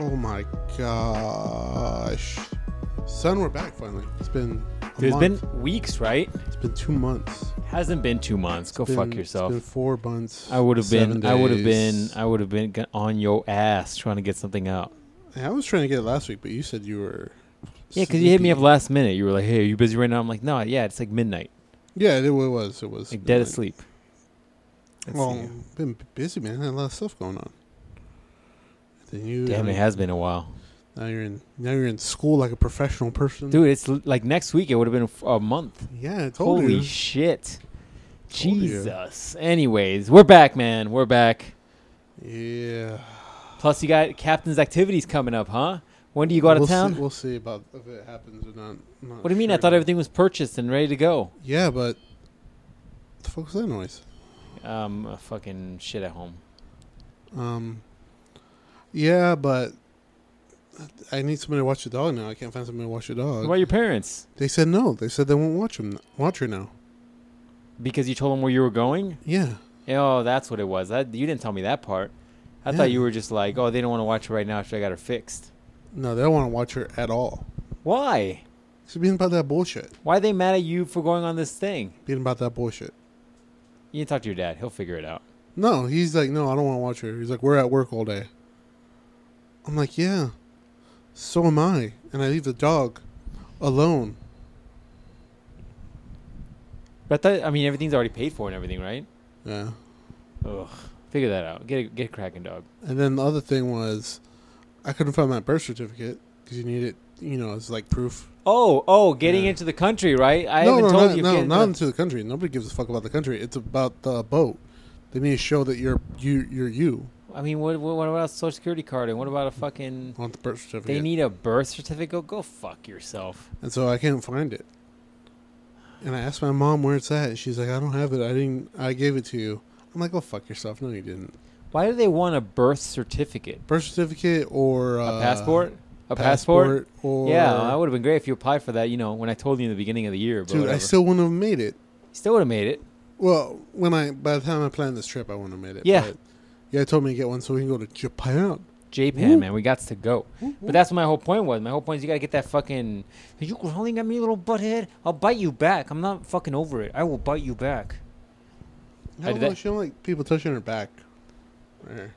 Oh my gosh. Son, we're back finally. It's been a Dude, it's month. been weeks, right? it's been two months. Hasn't been two months. Go It's been- fuck It's yourself. been four months. I would have been. seven I would have been. days. I would have been g- on your ass trying to get something out. Yeah, I was trying to get it last week, but you said you were. Yeah, because you hit me up sleepy. last minute. You were like, "Hey, are you busy right now?" I'm like, "No, yeah, it's like midnight, Yeah, it was. It was like dead midnight. asleep." Let's Well, see. been b- busy, man. Had a lot of stuff going on. Then you. damn, it has been a while, Now you're in. Now you're in school like a professional person. dude. It's l- like next week. It would have been f- a month. Yeah, it's Holy holy. shit, Told you. Jesus. Anyways, we're back, man. We're back. yeah. Plus, you got captain's activities coming up, huh? When do you go out we'll of town? See, we'll see about if it happens or not. I'm not What do you mean? I sure. thought everything was purchased and ready to go. Yeah, but what the fuck was that noise? Um, uh, fucking shit at home. Um, yeah, but I need somebody to watch the dog now. I can't find somebody to watch the What dog. about your parents? They said no. They said they won't watch him. Watch her now. Because you told them where you were going. Yeah, Oh, that's what it was. That you didn't tell me that part. I thought Yeah. you were just like, oh, they don't want to watch it right now after I got her fixed. no, they don't want to watch her at all. Why? It's being about that bullshit. Why are they mad at you for going on this thing? Being about that bullshit. You can talk to your dad. He'll figure it out. No, he's like, no, I don't want to watch her. He's like, we're at work all day. I'm like, yeah, so am I. And I leave the dog alone. But I, thought, I mean, everything's already paid for and everything, right? Yeah. Ugh. Figure that out. Get a, get a cracking dog. And then the other thing was, I couldn't find my birth certificate because you need it, you know, it's like proof. Oh, oh, getting Yeah. into the country, right? I no, no, haven't told not, you. no, can't- not into the country. Nobody gives a fuck about the country. It's about the boat. They need to show that you're you you're you I mean, what, what, what about a social security card and what about a fucking on the birth certificate. They need a birth certificate. Go fuck yourself. and so I can't find it. And I asked my mom where it's at. She's like, I don't have it. I didn't. I gave it to you. I'm like, oh fuck yourself. No, you didn't. Why do they want a birth certificate? Birth certificate or uh, a passport? A passport? or Yeah, that would have been great if you applied for that. You know, when I told you in the beginning of the year, but dude, I whatever. still wouldn't have made it. still would have made it. Well, when I by the time I planned this trip, I wouldn't have made it. Yeah. but you guys told me to get one so we can go to Japan. Japan, Woo. man, we got to go. But that's what my whole point was. My whole point is you gotta get that fucking. You holding at me, you little butthead. I'll bite you back. I'm not fucking over it. I will bite you back. How I did about that- she don't like people touching her back? Right here.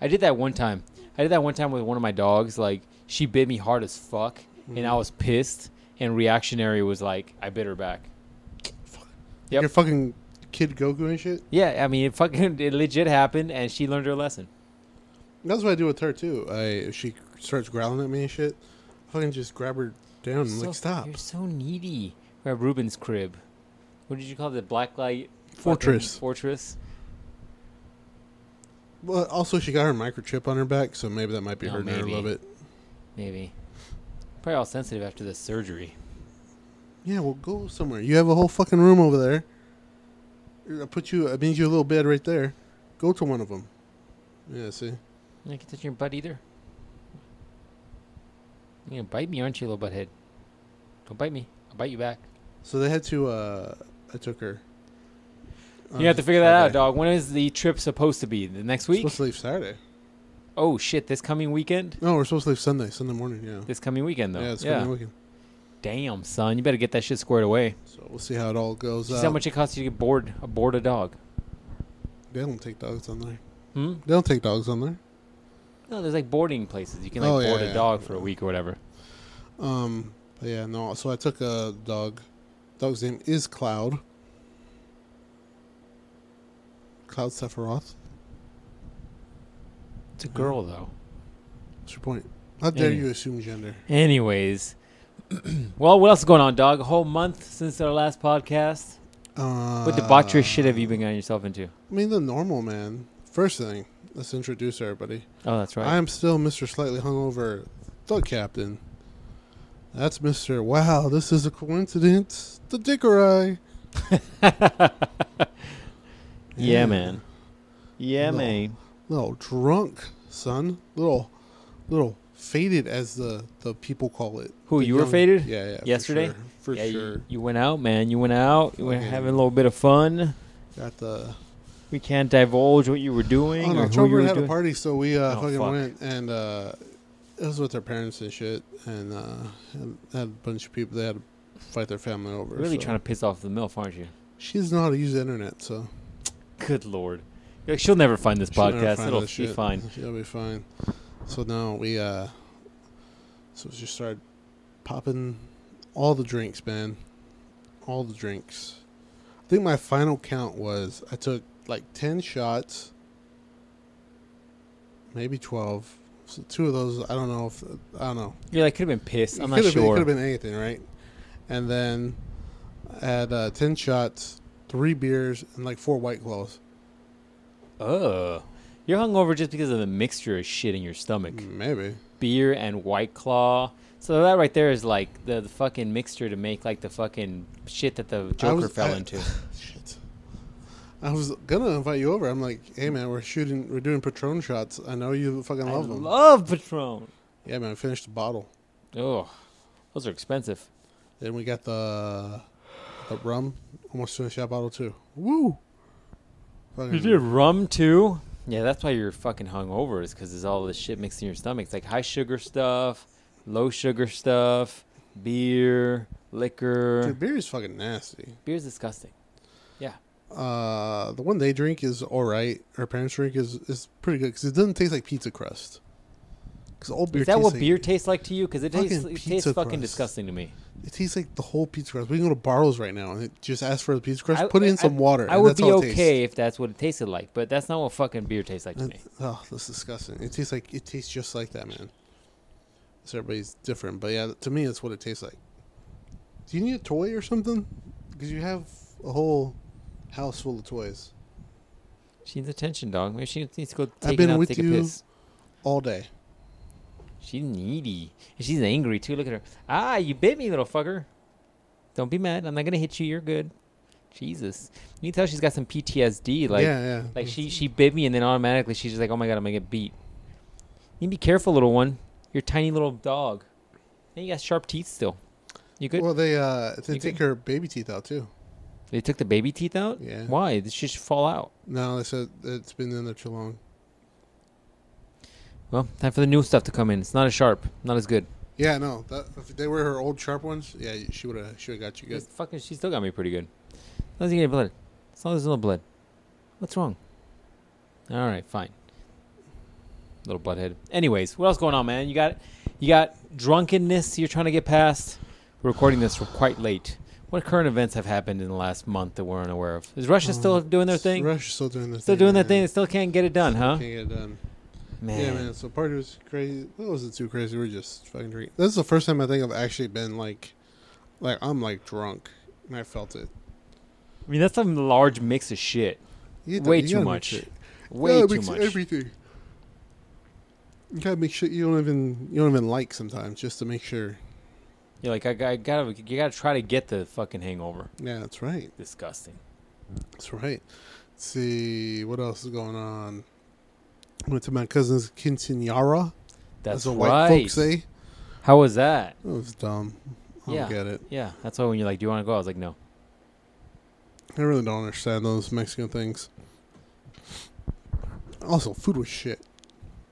I did that one time. I did that one time with one of my dogs. Like she bit me hard as fuck, and Mm-hmm. I was pissed. And reactionary was like, I bit her back. Yep. You're fucking kid Goku and shit. Yeah, I mean, it fucking it legit happened, and she learned her lesson. That's what I do with her too. I if she starts growling at me and shit. I fucking just grab her down and So- like stop. You're so needy. We're at Ruben's crib. What did you call the blacklight fucking Fortress. Fortress. Well, also she got her microchip on her back, so maybe that might be Oh, hurting her a maybe. little bit. Maybe. Probably all sensitive after the surgery. Yeah, well, go somewhere. You have a whole fucking room over there. I put you. I made you a little bed right there. Go to one of them. Yeah, see. You can touch your butt either. You're gonna bite me, aren't you, little butthead? Don't bite me. I'll bite you back. So they had to. uh I took her. Oh, Um, You have to figure that out, dog. When is the trip supposed to be? The next We're week? supposed to leave Saturday. Oh shit! This coming weekend. No, we're supposed to leave Sunday. Sunday morning. Yeah. This coming weekend, though. yeah, Yeah. it's coming weekend. Damn, son, you better get that shit squared away. So we'll see how it all goes. Just Out. how much it costs you to get uh, board aboard a dog. They don't take dogs on there. Hmm? They don't take dogs on there. No, there's like boarding places. You can like Oh, yeah, board yeah. a dog for a week or whatever. Um. But yeah. No. So I took a dog. Dog's name is Cloud. Cloud Sephiroth. It's a girl though. What's your point? How dare Anyway. you assume gender? Anyways, well, what else is going on, dog? A whole month since our last podcast. Uh, What debaucherous shit have you been getting yourself into? I mean, the normal man. First thing, let's introduce everybody. Oh, that's right. I am still Mr. Slightly Hungover Thug Captain. That's Mr. Wow, this is a coincidence. The Dicker Eye. yeah, man. Yeah, No. man. Little drunk, son. Little, little faded, as the, the people call it. Who, The you were faded? Yeah, yeah. for Yesterday? sure, For yeah, sure. you- you, went out, man. You went out. You were Fucking- having a little bit of fun. Got the. We can't divulge what you were doing Oh, no, or who you Trevor were had a doing. party, so we uh, Oh, fucking fuck. went and uh, it was with their parents and shit, and uh, and had a bunch of people they had to fight their family over. Really so. trying to piss off the MILF, aren't you? She doesn't know how to use the internet, so Good lord. Like, she'll never find this She'll never podcast. find It'll that be shit. fine. She'll be fine. So now we uh, so we just started popping all the drinks, man, all the drinks. I think my final count was I took like ten shots, maybe twelve. So two of those, I don't know if I don't know. Yeah, I could have been pissed. It I'm not could have been- sure. it could have been anything, right? And then I had uh, ten shots, three beers, and like four white claws. Ugh. You're hungover just because of the mixture of shit in your stomach. Mm. Maybe. Beer and White Claw. So that right there is like the, the fucking mixture to make like the fucking shit that the Joker was- fell I- into. Shit. I was gonna invite you over. I'm like, hey man, we're shooting, we're doing Patron shots. I know you fucking I love them. love Patron. yeah, man, I finished the bottle. Oh, those are expensive. Then we got the the rum. Almost finished that bottle too. Woo! Fucking- You did rum too? Mm-hmm. Yeah, that's why you're fucking hungover is because there's all this shit mixed in your stomach. It's like high sugar stuff, low sugar stuff, beer, liquor. Dude, beer is fucking nasty. Beer's disgusting. Uh, the one they drink is all right. Her parents drink is is pretty good because it doesn't taste like pizza crust. Because all beer is that tastes what like- beer tastes like to you? Because it tastes, Fucking it tastes pizza fucking crust. disgusting to me. It tastes like the whole pizza crust. We can go to Barlow's right now and it just ask for the pizza crust. I- put in I- some water. I and would that's be how it tastes. okay if that's what it tasted like, but that's not what fucking beer tastes like to me. That- oh, that's disgusting. It tastes like it tastes just like that, man. So everybody's different, but yeah, to me, that's what it tastes like. Do you need a toy or something? Because you have a whole house full of toys She needs attention, dog. Maybe she needs to go I've take, been it out, with take you- a piss. all day. She's needy. And she's angry too. Look at her. Ah, you bit me, little fucker. Don't be mad. I'm not gonna hit you. You're good. Jesus. You can tell she's got some PTSD. Like yeah, yeah. like she she bit me and then automatically she's just like, Oh my god, I'm gonna get beat. You can be careful, little one. You're a tiny little dog. And you got sharp teeth still. You good? Well, they uh, they You take good? her baby teeth out too. they took the baby teeth out? Yeah. Why? Did she just fall out? No, they said it's been in there too long. Well, time for the new stuff to come in. It's not as sharp, not as good. Yeah, no. That, if they were her old sharp ones, yeah, she would have she would have got you good. It's fucking, she still got me pretty good. As long as you get blood. As long as there's no blood. What's wrong? All right, fine. Little butthead. Anyways, what else going on, man? You got, you got drunkenness. You're trying to get past. We're recording this. We're quite late. What current events have happened in the last month that we're unaware of? Is Oh, Russia still doing their thing? Rush still doing their still thing. doing their yeah. thing. They still can't get it done, huh? Can't get it done. Man. Yeah, man. So party was crazy. It wasn't too crazy. We were just fucking drinking. This is the first time I think I've actually been like, like I'm like drunk, and I felt it. I mean, that's a large mix of shit. You Way you too gotta much. mix it. Way You gotta too mix much. Everything. You gotta make sure you don't even you don't even like sometimes just to make sure. You're like, I, I gotta, you gotta try to get the fucking hangover. Yeah, that's right. Disgusting. That's right. Let's see what else is going on. Went to my cousin's quinceanera. That's as the right. white folks say. How was that? That was dumb. I Yeah. don't get it. Yeah, that's why when you're like, "Do you want to go?" I was like, "No." I really don't understand those Mexican things. Also, food was shit.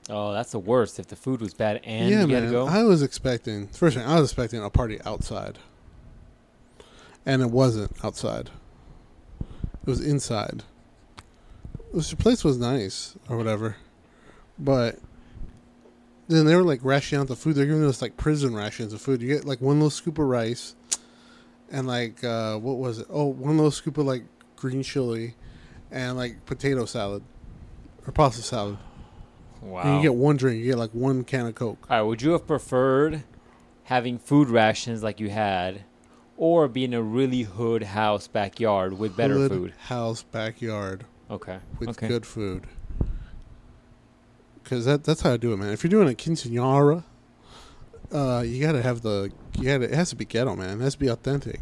Oh, that's the worst. If the food was bad and yeah, you man. had to go, I was expecting first thing. I was expecting a party outside, and it wasn't outside. It was inside. Which the place was nice or whatever, but then they were like rationing out the food. They're giving us like prison rations of food. You get like one little scoop of rice, and like uh, what was it? Oh, one little scoop of like green chili, and like potato salad or pasta salad. And wow. you get one drink. You get like one can of Coke. All right, would you have preferred having food rations like you had, or be in a really hood house backyard with better Hood food? house backyard Okay. with okay. good food. Because that that's how I do it, man. If you're doing a quinceanera, uh, you gotta have the you gotta it has to be ghetto, man. It has to be authentic.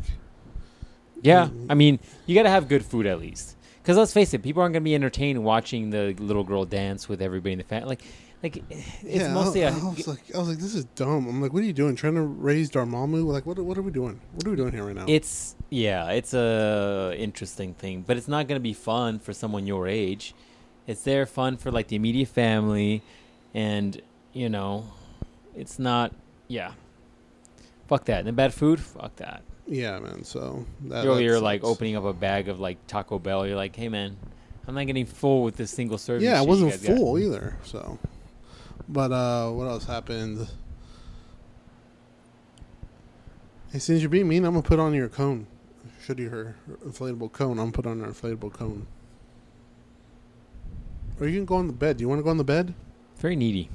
Yeah, Mm. I mean, you got to have good food at least. Because let's face it, people aren't going to be entertained watching the little girl dance with everybody in the family. Like, like it's I- mostly I, a was like, I was like, this is dumb. I'm like, what are you doing? Trying to raise Darmamu? Like, what what are we doing? What are we doing here right now? It's yeah, it's a interesting thing, but it's not gonna be fun for someone your age. It's there fun for like the immediate family, and you know, It's not. Yeah. Fuck that. And bad food. Fuck that. Yeah, man. So that, you're that you're, like Uh, sucks. opening up a bag of like Taco Bell. You're like, hey man, I'm not getting full with this single serving. Yeah, I shit you wasn't guys got." full either. So, but uh, what else happened? Hey, since you're being mean, I'm gonna put on your cone. Should you her inflatable cone? I'm gonna put on her inflatable cone. Or you can go on the bed. Do you want to go on the bed? Very needy.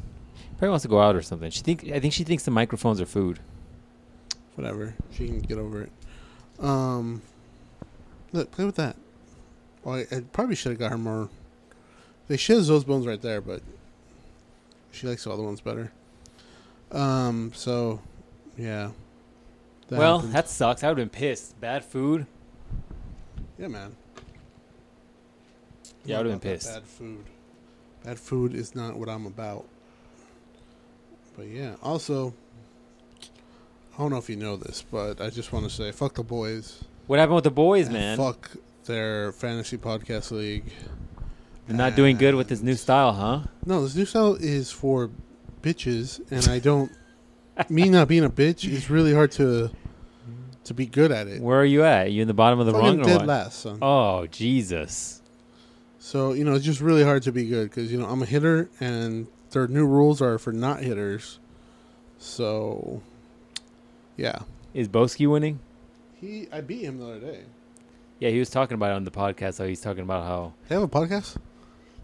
Probably wants to go out or something. She think I think she thinks the microphones are food. Whatever. She can get over it. Um, look, play with that. Well, I, I probably should have got her more. They she has those bones right there, but she likes the other ones better. Um, so yeah. That well, happened. that sucks. I would have been pissed. Bad food. yeah, man. Yeah, I would've Not been about pissed. Bad food. Bad food is not what I'm about. But yeah, also, I don't know if you know this, but I just want to say, fuck the boys. What happened with the boys, And man? Fuck their fantasy podcast league. They're not doing good with this new style, huh? No, this new style is for bitches, and I don't. me not being a bitch is really hard to to be good at it. Where are you at? you in the bottom of the Fucking rung or dead what? last, son. Oh Jesus! So you know, it's just really hard to be good because you know I'm a hitter, and their new rules are for not hitters. So, yeah, Is Boski winning? he I beat him the other day. Yeah, he was talking about it on the podcast. How he's talking about how They have a podcast.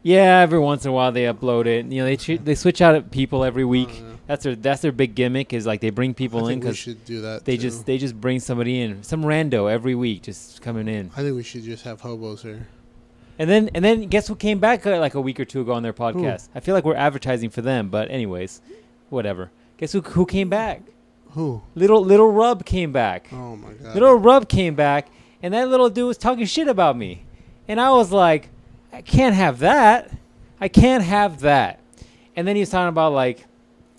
yeah, every once in a while they upload it. You know, they ch- they switch out people every week. Uh, That's their that's their big gimmick is like they bring I people in think we because should do that. they too. just they just bring somebody in, some rando every week, just coming in. I think we should just have hobos here. And then and then guess who came back uh, like a week or two ago on their podcast? I feel like we're advertising for them, but anyways, whatever. Guess who who came back? Who? Little little Rub came back. Oh my god. Little Rub came back, and that little dude was talking shit about me. And I was like, I can't have that. I can't have that. And then he was talking about like,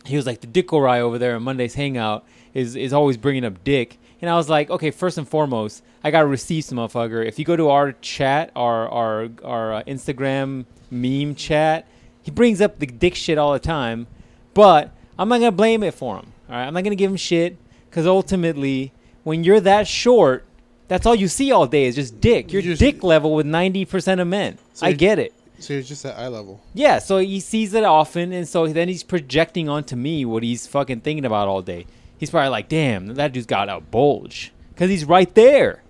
he was like the Dick O'Reilly over there in Monday's Hangout is is always bringing up Dick. And I was like, okay, first and foremost, I gotta receive some motherfucker. If you go to our chat, our our our uh, Instagram meme chat, he brings up the dick shit all the time. But I'm not gonna blame it for him. All right, I'm not gonna give him shit because ultimately, when you're that short, that's all you see all day is just dick. Your You just- dick level with 90% of men. So I you- get it. So you're just at eye level. Yeah, so he sees it often, and so then he's projecting onto me what he's fucking thinking about all day. He's probably like, "Damn, that dude's got a bulge," because he's right there.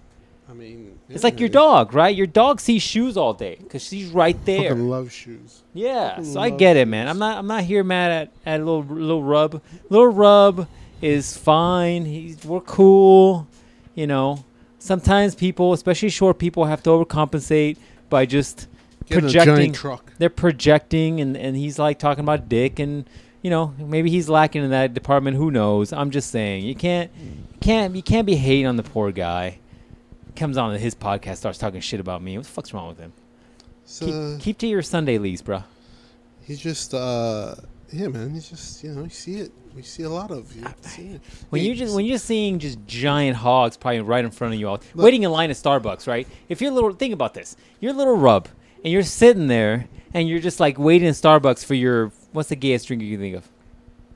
I mean, It's like your yeah. dog, right? Your dog sees shoes all day because she's right there. Fucking love shoes. Yeah, Fucking so I love get it, man. this. I'm not. I'm not here mad at at little little rub. Little rub is fine. He's we're cool. You know, sometimes people, especially short people, have to overcompensate by just Get in a projecting. giant truck. They're projecting, and and he's like talking about dick, and you know maybe he's lacking in that department. Who knows? I'm just saying you can't you can't you can't be hating on the poor guy. Comes on his podcast, starts talking shit about me. What the fuck's wrong with him? So Keep, keep to your Sunday leaves, bruh. he's just, uh, yeah, man. He's just, you know, you see it. We see a lot of you. see it. When Hey, you just when you're seeing just giant hogs probably right in front of you all Look. waiting in line at Starbucks, right? If you're little think about this. You're a little rub and you're sitting there and you're just like waiting in Starbucks for your what's the gayest drink you can think of?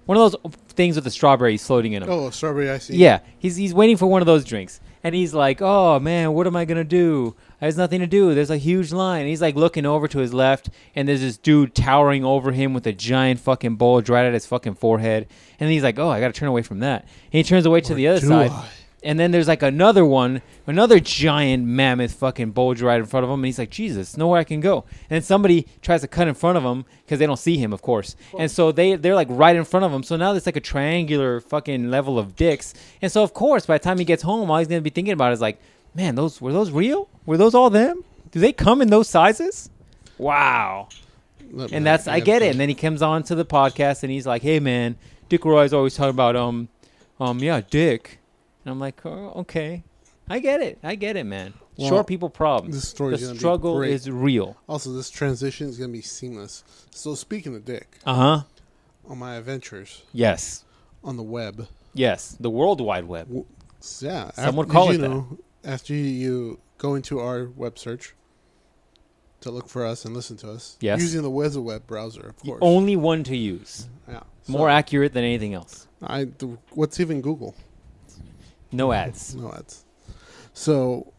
One of those things with the strawberries floating in them. oh, strawberry icy. Yeah, he's he's waiting for one of those drinks, and he's like, "Oh man, what am I gonna do? There's nothing to do. There's a huge line." And he's like looking over to his left, and there's this dude towering over him with a giant fucking bulge right at his fucking forehead. And he's like, "Oh, I gotta turn away from that." And he turns away to Or the other do side, I? and then there's like another one, another giant mammoth fucking bulge right in front of him, and he's like, Jesus, nowhere I can go. And then somebody tries to cut in front of him because they don't see him, of course. And so they they're like right in front of him. So now it's like a triangular fucking level of dicks. And so of course, by the time he gets home, all he's gonna be thinking about is like, man, those were those real? Were those all them? Do they come in those sizes? Wow. Look, man, And that's I have get to- it. And then he comes on to the podcast and he's like, "Hey man, Dick Roy's always talking about um, um yeah, Dick." And I'm like, oh, "Okay, I get it. I get it, man. Well, Short people problems. this story's the gonna be struggle great. is real. Also, this transition is gonna be seamless. So speaking of dick, Uh huh. on my adventures Yes. on the web, Yes. The World Wide Web. w- yeah. Someone after, call you it that. know, After you go into our web search, to look for us and listen to us. Yes. Using the WYSIWYG browser, of The course. only one to use. yeah. More So, accurate than anything else. I. th- What's even Google? No ads. No ads. So.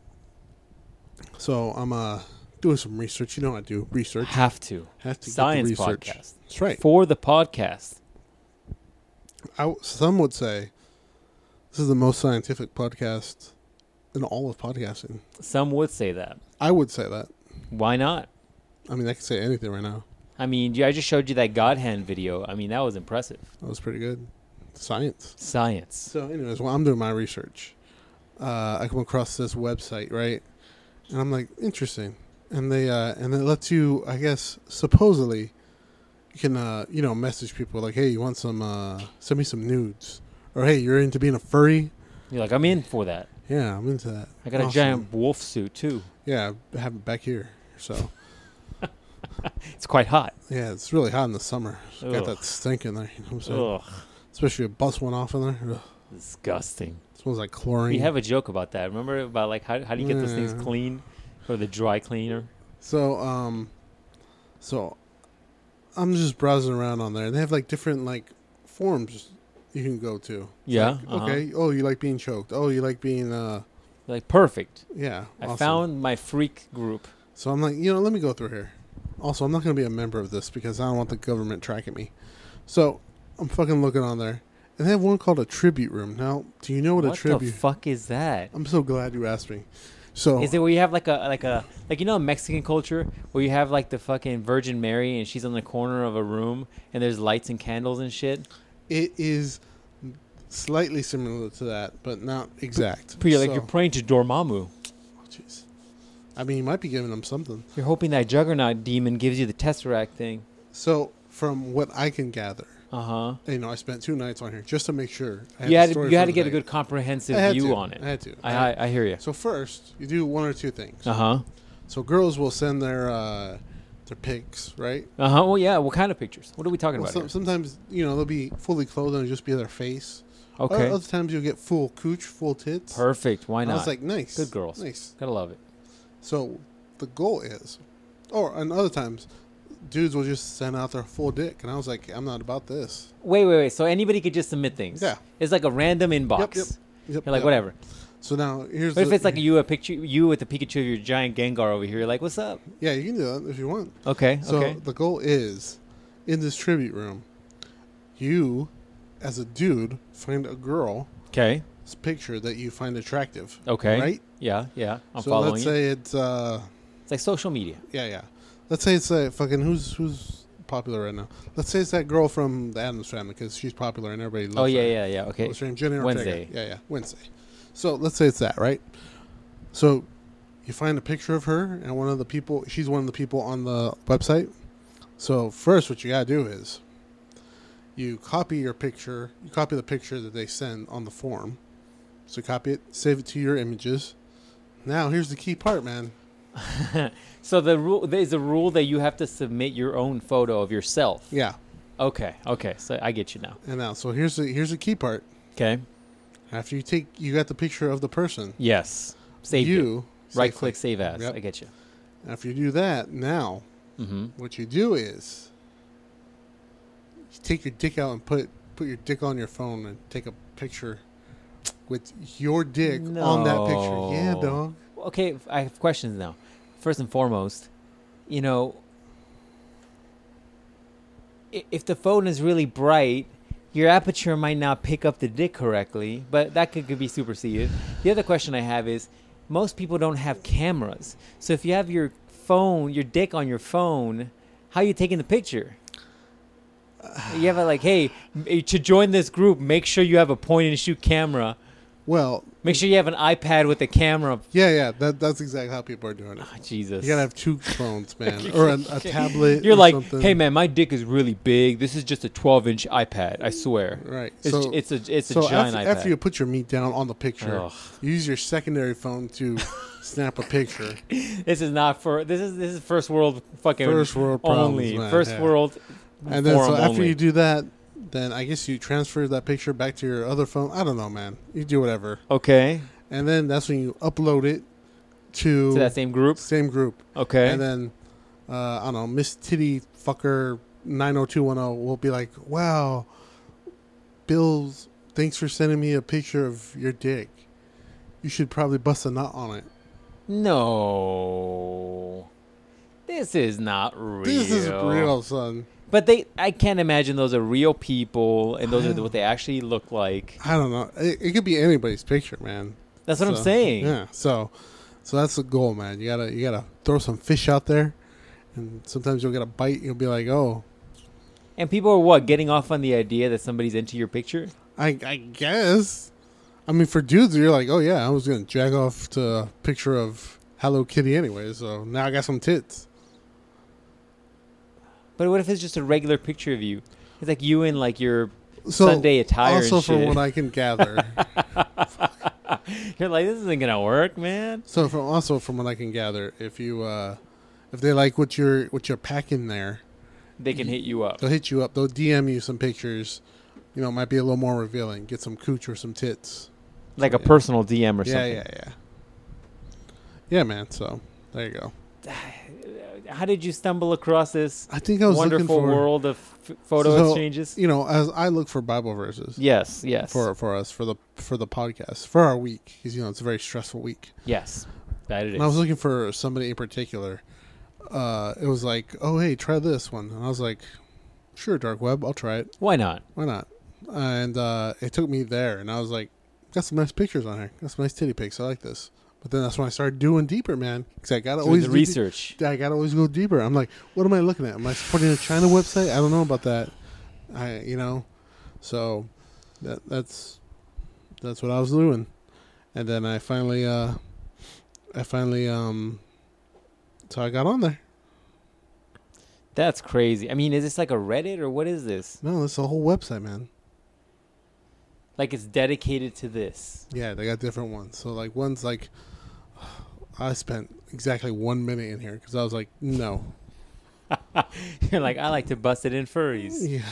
So I'm uh doing some research. You know I do research. Have to. Have to Science get the research. podcast. That's right. For the podcast. I w some would say this is the most scientific podcast in all of podcasting. Some would say that. I would say that. Why not? I mean, I could say anything right now. I mean, I just showed you that God hand video. I mean, that was impressive. That was pretty good. Science. Science. So, anyways, while I'm doing my research, uh, I come across this website, right? And I'm like, interesting. And they uh, and it lets you, I guess, supposedly, you can uh, you know message people like, hey, you want some? Uh, send me some nudes, or hey, you're into being a furry? You're like, I'm in for that. Yeah, I'm into that. I got a Awesome. giant wolf suit too. Yeah, I have it back here. So It's quite hot. yeah, it's really hot in the summer. It's Ugh. Got that stink in there, you know what I'm saying? Ugh, Especially a bus went off in there. Ugh, disgusting. smells like chlorine. We have a joke about that. Remember about like how, how do you get those things Yeah. clean or the dry cleaner? So, um, so I'm just browsing around on there, and they have like different like forms you can go to. It's Yeah, like, uh-huh. okay. Oh, you like being choked. Oh, you like being uh, Like perfect. yeah. I awesome. found my freak group. So I'm like, you know, let me go through here. Also, I'm not going to be a member of this because I don't want the government tracking me. So I'm fucking looking on there, and they have one called a tribute room. Now, do you know what, a the tribute? Oh. fuck is that? I'm so glad you asked me. So Is it where you have like a like a like you know in Mexican culture where you have like the fucking Virgin Mary and she's on the corner of a room and there's lights and candles and shit? it is slightly similar to that, but not exact. But you're like So- you're praying to Dormammu. Oh, Jeez. I mean, you might be giving them something. You're hoping that Juggernaut demon gives you the Tesseract thing. So, from what I can gather, Uh huh. you know, I spent two nights on here just to make sure. I You the had story you had for to get a the good comprehensive night. I had view to. on it. I had to. I I, I hear you. so first, you do one or two things. Uh huh. So girls will send their uh, their pics, right? Uh huh. Well, yeah. What kind of pictures? What are we talking Well, about? some, sometimes you know they'll be fully clothed and it'll just be their face. here? Okay. Other times you'll get full cooch, full tits. Perfect. Why And I was not? like, nice, Good girls. nice. Gotta love it. So the goal is, or and other times, dudes will just send out their full dick, and I was like, I'm not about this. Wait, wait, wait. So anybody could just submit things. Yeah. It's like a random inbox. Yep, yep. Yep, You're like yep. whatever. So now here's. What if the- it's like you a picture you with the Pikachu of your giant Gengar over here? You're like, what's up? yeah, you can do that if you want. Okay. So okay. the goal is, in this tribute room, you, as a dude, find a girl's Okay. picture that you find attractive. Okay. Right. Yeah. Yeah. I'm so following let's you. say it's uh, It's like social media. yeah, yeah. Let's say it's uh, fucking who's who's popular right now. Let's say it's that girl from the Adams Family because she's popular and everybody loves Oh her. yeah. Yeah. Yeah. Okay. What's her name? Jenny Ortega. Wednesday. Yeah, yeah. Wednesday. So let's say it's that, right? So you find a picture of her and one of the people she's one of the people on the website. So first what you gotta do is you copy your picture you copy the picture that they send on the form. So copy it, save it to your images. Now here's the key part, man. So the rule there's a rule that you have to submit your own photo of yourself. Yeah. Okay. Okay. So I get you now. And now so here's the here's the key part. Okay. After you take you got the picture of the person, Yes. Save you. you Right safely- click, save as. Yep. I get you. After you do that, now Mm-hmm. What you do is you take your dick out and put put your dick on your phone and take a picture with your dick on that No. picture. Yeah, dog. Okay, I have questions now. First and foremost, you know, i- if the phone is really bright, your aperture might not pick up the dick correctly, but that could, could be superseded. The other question I have is most people don't have cameras. So if you have your phone, your dick on your phone, how are you taking the picture? You have a like, hey, m- eh, to join this group, make sure you have a point and shoot camera. Well, Make sure you have an iPad with a camera. yeah, yeah. That that's exactly how people are doing it. Ah, Jesus. You gotta have two phones, man, or a, a tablet. You're or like, something. hey man, my dick is really big. This is just a 12 inch iPad. I swear. Right. It's so it's a it's a so giant after, iPad. after you put your meat down on the picture, Ugh. you use your secondary phone to snap a picture. this is not for this is this is first world fucking First world problems, only man, first yeah. world. And then so forum after only. you do that, then I guess you transfer that picture back to your other phone. I don't know, man. You do whatever. okay and then that's when you upload it to, to that same group. same group, Okay. and then uh, I don't know, Miss Titty Fucker 90210 will be like, wow, Bill's, thanks for sending me a picture of your dick. You should probably bust a nut on it. No. This is not real. This is real, son. But they, I can't imagine those are real people, and those I are know. what they actually look like. I don't know. It, it could be anybody's picture, man. That's what I'm So, saying. Yeah. So, so that's the goal, man. You gotta you gotta throw some fish out there, and sometimes you'll get a bite. You'll be like, oh, And people are what getting off on the idea that somebody's into your picture. I I guess. I mean, for dudes, you're like, oh yeah, I was gonna jack off to a picture of Hello Kitty anyway, so now I got some tits. But what if it's just a regular picture of you? It's like you in like your So Sunday attire. also, and from shit. what I can gather, You're like, this isn't gonna work, man. so from also from what I can gather, if you uh, if they like what you're what you're packing there, They can hit you up. They'll hit you up. They'll DM you some pictures. You know, it might be a little more revealing. Get some cooch or some tits. Like a Yeah. personal DM or yeah, something. yeah, yeah. Yeah, man. So there you go. How did you stumble across this I think I was wonderful looking for world of f- photo So- exchanges? you know as I look for Bible verses Yes, yes. for for us for the for the podcast for our week because you know it's a very stressful week. yes. That it is. And I was looking for somebody in particular. Uh, it was like, oh hey, try this one, and I was like, sure, dark web, I'll try it. Why not? Why not? And uh, it took me there, and I was like, got some nice pictures on here. Got some nice titty pics. I like this. But then that's when I started doing deeper, man. Because I gotta Doing always the do de- research. I gotta always go deeper. I'm like, what am I looking at? Am I supporting a China website? I don't know about that. I, you know, so that that's that's what I was doing. And then I finally, uh I finally, um so I got on there. That's crazy. I mean, is this like a Reddit or what is this? No, that's a whole website, man. Like it's dedicated to this. Yeah, they got different ones. So like one's like I spent exactly one minute in here because I was like, no, You're like, I like to bust it in furries. yeah,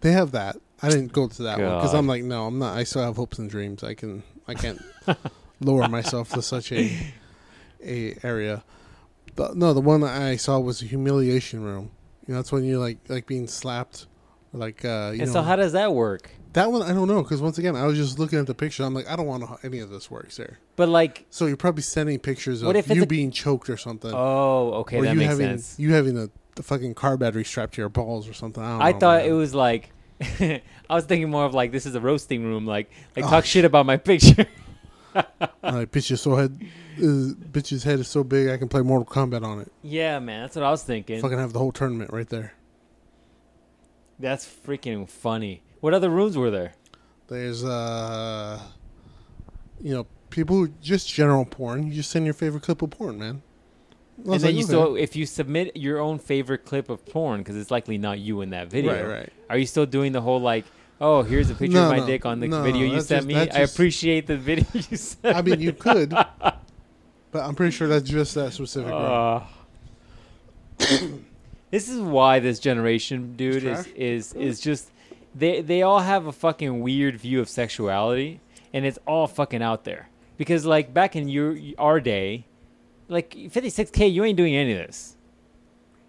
they have that. I didn't go to that one one because God. I'm like, no, I'm not. I still have hopes and dreams. I can, I can't lower myself to such a a area. But no, the one that I saw was the humiliation room. You know, that's when you like like being slapped, or like uh, you and know, so, how does that work? that one I don't know because once again, I was just looking at the picture. I'm like, I don't want to how any of this works there. But like, So you're probably sending pictures of What if it's you a- being choked or something, oh, okay, or that you makes having sense. you having a, the fucking car battery strapped to your balls or something. I, don't I know, thought Oh, man. it was like, I was thinking more of like, this is a roasting room. Like, like Oh, talk shit about my picture. like bitch's so head, is, bitch's head is so big I can play Mortal Kombat on it. yeah, man, that's what I was thinking. Fucking have the whole tournament right there. That's freaking funny. What other rooms were there? There's uh, you know, people who just general porn. You just send your favorite clip of porn, man. I And was then like, you okay. still, if you submit your own favorite clip of porn, because it's likely not you in that video. right, right. Are you still doing the whole like, oh, here's a picture No, of my no, dick on the no, video you that's sent just- me? that's I just- appreciate the video you sent. I mean, you could, but I'm pretty sure that's just that specific. room. Ugh. Uh, this is why this generation, dude, is trash? is is just they they all have a fucking weird view of sexuality, and it's all fucking out there. Because like back in your our day, like 56k, you ain't doing any of this.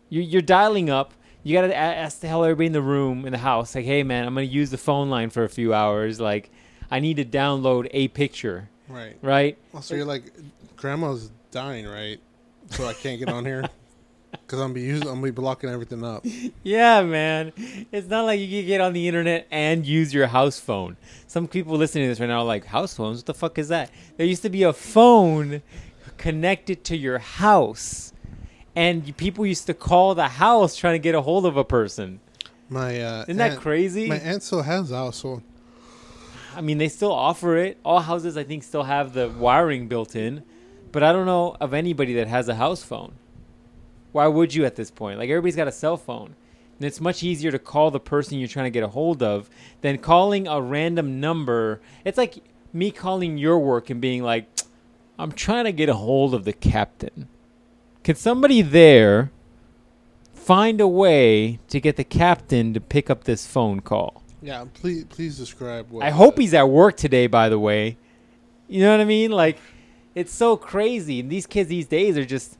You you're dialing up. You gotta a- ask the hell everybody in the room in the house, like, hey man, I'm gonna use the phone line for a few hours. Like, I need to download a picture, right. right? Also, you're like, grandma's dying, right? So I can't get on here because I'm be using, I'm be blocking everything up. Yeah, man. It's not like you can get on the internet and use your house phone. Some people listening to this right now are like, house phones? What the fuck is that? There used to be a phone connected to your house, and you- people used to call the house trying to get a hold of a person. My uh, Isn't that aunt- crazy? My aunt still has the household. I mean, they still offer it. All houses, I think, still have the wiring built in, but I don't know of anybody that has a house phone. Why would you at this point? Like, everybody's got a cell phone. And it's much easier to call the person you're trying to get a hold of than calling a random number. It's like me calling your work and being like, I'm trying to get a hold of the captain. Can somebody there find a way to get the captain to pick up this phone call? Yeah, please please describe what. I hope he's at work today, by the way. You know what I mean? Like, it's so crazy. And these kids these days are just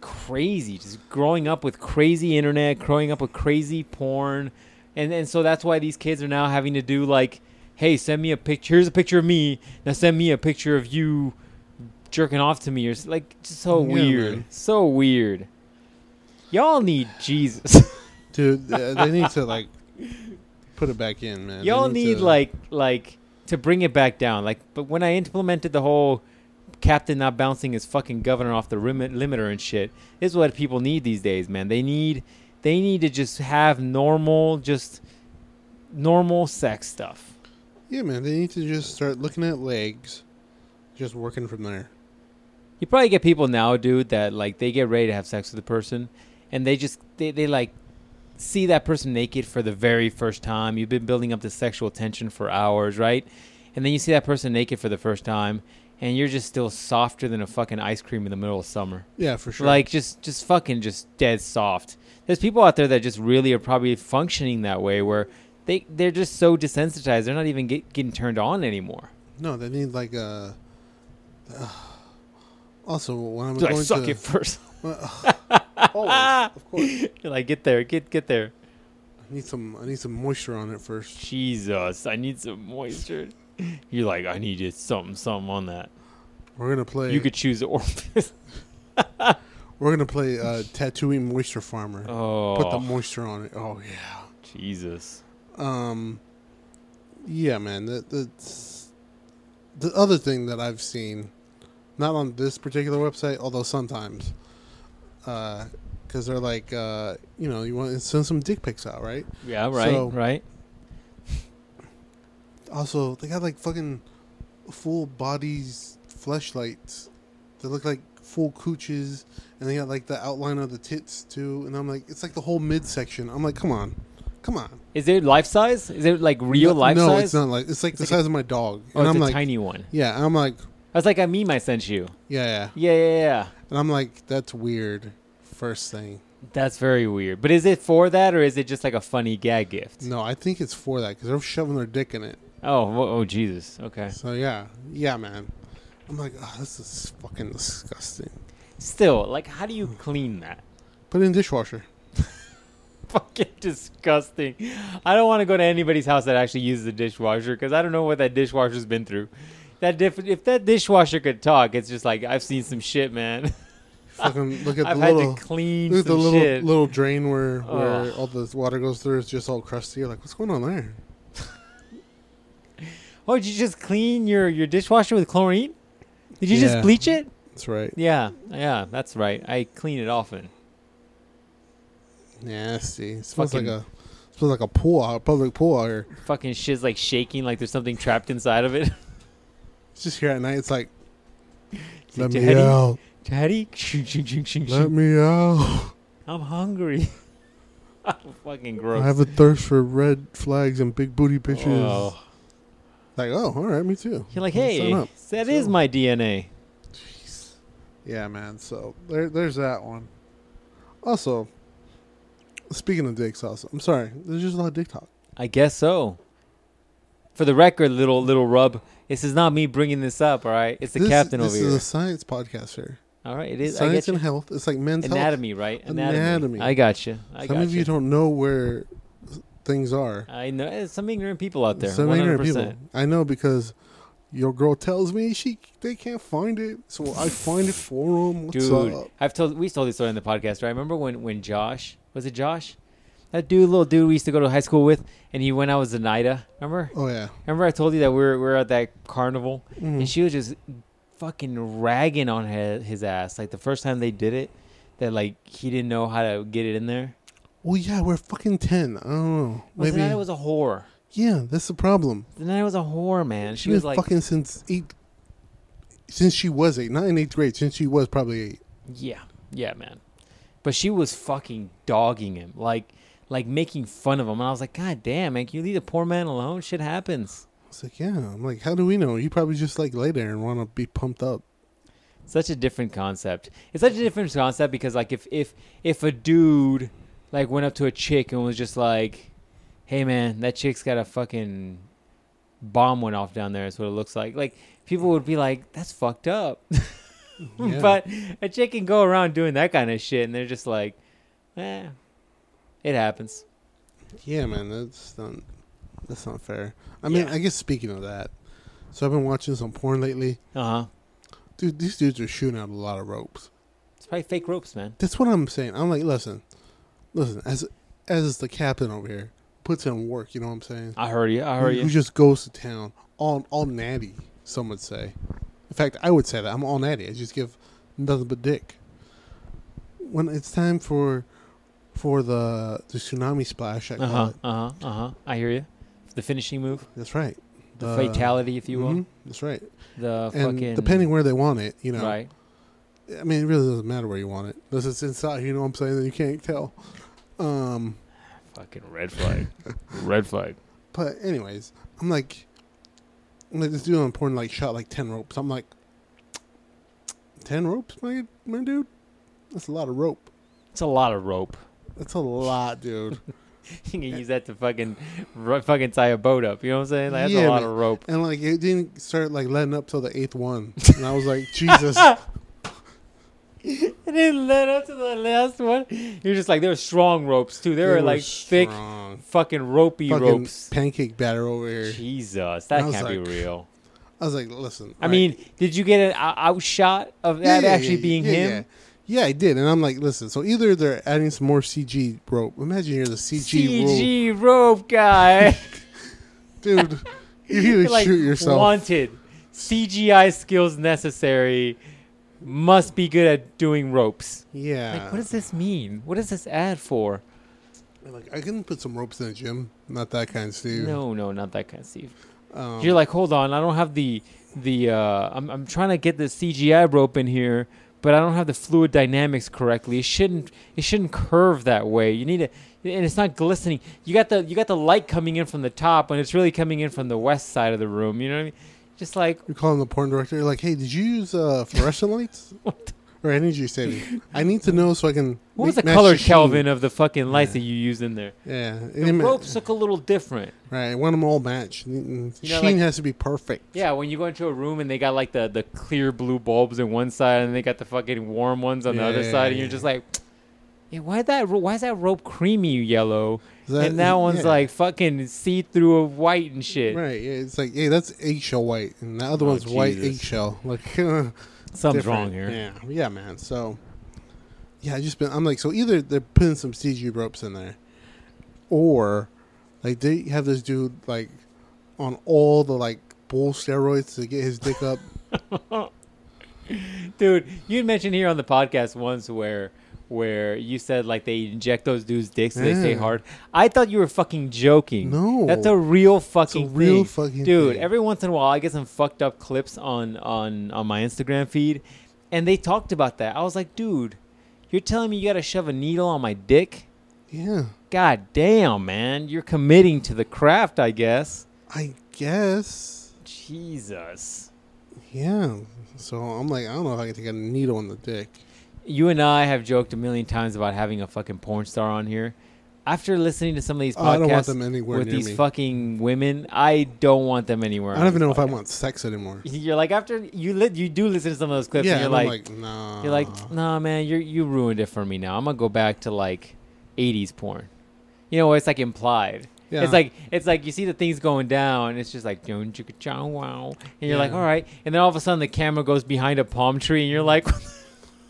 crazy. Just growing up with crazy internet, growing up with crazy porn, and and so that's why these kids are now having to do like, hey, send me a picture. Here's a picture of me. Now send me a picture of you jerking off to me. Or s- like, just so Yeah, weird, man. so weird. Y'all need Jesus. dude. uh, They need to like put it back in, man. They Y'all need to- like like to bring it back down. Like, but when I implemented the whole captain not bouncing his fucking governor off the rim- limiter and shit, is what people need these days, man. They need they need to just have normal, just normal sex stuff. yeah, man. They need to just start looking at legs, just working from there. You probably get people now, dude, that like they get ready to have sex with a person, and they just they they like see that person naked for the very first time. You've been building up this sexual tension for hours, right? And then you see that person naked for the first time, and you're just still softer than a fucking ice cream in the middle of summer. Yeah, for sure. Like just just fucking just dead soft. There's people out there that just really are probably functioning that way where they they're just so desensitized. They're not even get, getting turned on anymore. no, they need like a. also, when I'm Dude, I going suck to it first. always, of course, I like get there, get get there. need some. I need some moisture on it first. Jesus, I need some moisture. You're like, I need just something, something on that. We're gonna play. You could choose the orifice. we're gonna play uh, Tattooing Moisture Farmer. Oh, Put the moisture on it. Oh yeah. Jesus. Um, yeah, man. That, that's the other thing that I've seen, not on this particular website, although sometimes, because they're like, uh, you know, you want to send some dick pics out, right? Yeah, right, So- right. Also, they got like fucking full bodies fleshlights that look like full cooches, and they got like the outline of the tits too. And I'm like, it's like the whole midsection. I'm like, come on, come on. Is it life size? Is it like real no, life no, size? it's not like it's like the like a- size of my dog. Oh, and it's I'm a like, tiny one. yeah, I'm like. I was like, I meme I sent you. Yeah, yeah. Yeah, yeah, yeah. And I'm like, that's weird. First thing. That's very weird. But is it for that or is it just like a funny gag gift? No, I think it's for that because they're shoving their dick in it. Oh, whoa, oh, Jesus. Okay. So yeah, yeah, man. I'm like, oh, this is fucking disgusting. Still, like, how do you clean that? Put it in dishwasher. fucking disgusting. I don't want to go to anybody's house that actually uses a dishwasher because I don't know what that dishwasher's been through. That diff- if that dishwasher could talk, it's just like I've seen some shit, man. Fucking look at the I've had little, to clean look at some the little shit. little drain where where Ugh. all the water goes through. It's just all crusty. You're like, what's going on there? oh, did you just clean your your dishwasher with chlorine? Did you Yeah. just bleach it? That's right. Yeah, yeah, that's right. I clean it often. Nasty. It smells Fucking- like a smells like a pool, a public pool out here. Fucking shit's like shaking, like there's something trapped inside of it. It's just here at night. It's like, It's let like, me Daddy, out, Daddy, shing, shing, shing, shing, let shing. me out. I'm hungry. fucking gross. I have a thirst for red flags and big booty pictures. Oh. Like, oh, all right, me too. You're like, Well, sign hey, up. that is So- my DNA. Yeah, man. So there, there's that one. Also, speaking of dicks, also, I'm sorry. There's just a lot of dick talk. I guess so. For the record, little little rub, this is not me bringing this up. All right, it's the This- captain this over is here. a science podcast here. all right, it is. I science get and you. health. It's like men's health. Anatomy, right? Anatomy. Anatomy. I got you. I Some got of you don't know where things are. I know eh, some ignorant people out there. Some 100%. ignorant people. I know because your girl tells me she they can't find it, so I find it for them. What's dude. up? I've told we told this story on the podcast. Right? I remember when when Josh was it Josh, that dude, little dude we used to go to high school with, and he went out with Zenaida. Remember? Oh yeah. Remember I told you that we were we were at that carnival Mhm. and she was just fucking ragging on his, his ass. Like the first time they did it, that like he didn't know how to get it in there. Well, yeah, we're fucking ten. I don't know. Well, Maybe. Zenaida was a whore. yeah, that's the problem. Zenaida was a whore, man. She, She was was like, fucking since eight. Since she was eight, not in eighth grade. Since she was probably eight. yeah, yeah, man. But she was fucking dogging him, like, like making fun of him. And I was like, God damn, man, can you leave the poor man alone? Shit happens. It's like, yeah. I'm like, how do we know? You probably just like lay there and want to be pumped up. such a different concept. It's such a different concept because like if if if a dude like went up to a chick and was just like, "Hey man, that chick's got a fucking bomb went off down there." Is what it looks like. Like people would be like, "That's fucked up." Yeah. but a chick can go around doing that kind of shit, and they're just like, eh, it happens. Yeah, man, that's not that's not fair. I mean, Yeah. I guess speaking of that, so I've been watching some porn lately. Uh huh. Dude, these dudes are shooting out a lot of ropes. It's probably fake ropes, man. That's what I'm saying. I'm like, listen, listen, as as the captain over here puts in work, you know what I'm saying? I heard you. I who, heard who you. just goes to town, all all natty, some would say. In fact, I would say that I'm all natty. I just give nothing but dick. When it's time for for the the tsunami splash, I Uh call huh. it. Uh huh. Uh huh. I hear you. The finishing move, That's right. the fatality, if you will. mhm, That's right. The Uh, and fucking depending where they want it, you know. right. I mean, it really doesn't matter where you want it. Unless it's inside, you know what I'm saying? Then you can't tell. Um, Fucking red flag. red flag. but anyways, I'm like, I'm like this dude on porn like shot like ten ropes. I'm like, ten ropes, my my dude. That's a lot of rope. It's a lot of rope. That's a lot, dude. You can use that to fucking ru- fucking tie a boat up. You know what I'm saying? Like, that's Yeah, a lot man. of rope. and like it didn't start like letting up till the eighth one, and I was like, Jesus. it didn't let up to the last one. You're just like, there were strong ropes too. They, were, like thick, strong. fucking ropey Fucking ropes. pancake batter over here. Jesus, I that was can't be like, real. I was like, listen. I all right. mean, did you get an o- outshot of that actually being yeah, him? Yeah. Yeah, I did, and I'm like, listen. So either they're adding some more CG rope. Imagine you're the CG, rope, CG rope guy. dude. You're here to Like, shoot yourself. Wanted. CGI skills necessary. Must be good at doing ropes. yeah, Like, what does this mean? What is this ad for? Like, I can put some ropes in the gym. Not that kind, Steve. No, no, not that kind of Steve. Um, You're like, hold on, I don't have the the. Uh, I'm I'm trying to get the CGI rope in here, but I don't have the fluid dynamics correctly. It shouldn't it shouldn't curve that way. You need to, and it's not glistening. You got the you got the light coming in from the top, when it's really coming in from the west side of the room. You know what I mean? Just like you're calling the porn director. You're like, hey, did you use uh, fluorescent lights or energy saving? I need to know so I can. what was make- the match color the sheen. Kelvin of the fucking lights Yeah. that you used in there? Yeah, it The didn't ma- ropes look a little different. Right, I want them all matched. Mm, You know, sheen like- has to be perfect. Yeah, when you go into a room and they got like the, the clear blue bulbs on one side and they got the fucking warm ones on the other Yeah, side, and you're yeah. just like, yeah, why that ro- why is that rope creamy yellow Is that- and that one's yeah. like fucking see through of white and shit, Right. Yeah, it's like, hey, that's eggshell white, and the other Oh, one's white Jesus. eggshell. Like, uh, something's different. wrong here. Yeah, yeah, man. So, yeah, I just been. I'm like, so either they're putting some CG ropes in there, or like they have this dude like on all the like bull steroids to get his dick up. Dude, you mentioned here on the podcast once where where you said like they inject those dudes' dicks so they stay Yeah. hard. I thought you were fucking joking. No. that's a real It's a fucking real thing. fucking dude. thing. Every once in a while, I get some fucked up clips on on on my Instagram feed, and they talked about that. I was like, dude, you're telling me you gotta shove a needle on my dick? yeah, God damn, man, you're committing to the craft, I guess. I guess. Jesus. Yeah. So I'm like, I don't know if I can take a needle in the dick. You and I have joked a million times about having a fucking porn star on here. After listening to some of these podcasts Oh, I don't want them anywhere with near these me. fucking women, I don't want them anywhere. I on don't even this know if I podcast. want sex anymore. You're like after you li- you do listen to some of those clips, and Yeah, you're and like, I'm like, nah. you're like, nah, man, you you ruined it for me now. I'm gonna go back to like '80s porn. You know, where it's like implied. Yeah. It's like it's like you see the things going down, and it's just like "Dun, chicka, chow, wow, and you're like, Yeah. all right, and then all of a sudden the camera goes behind a palm tree, and you're like,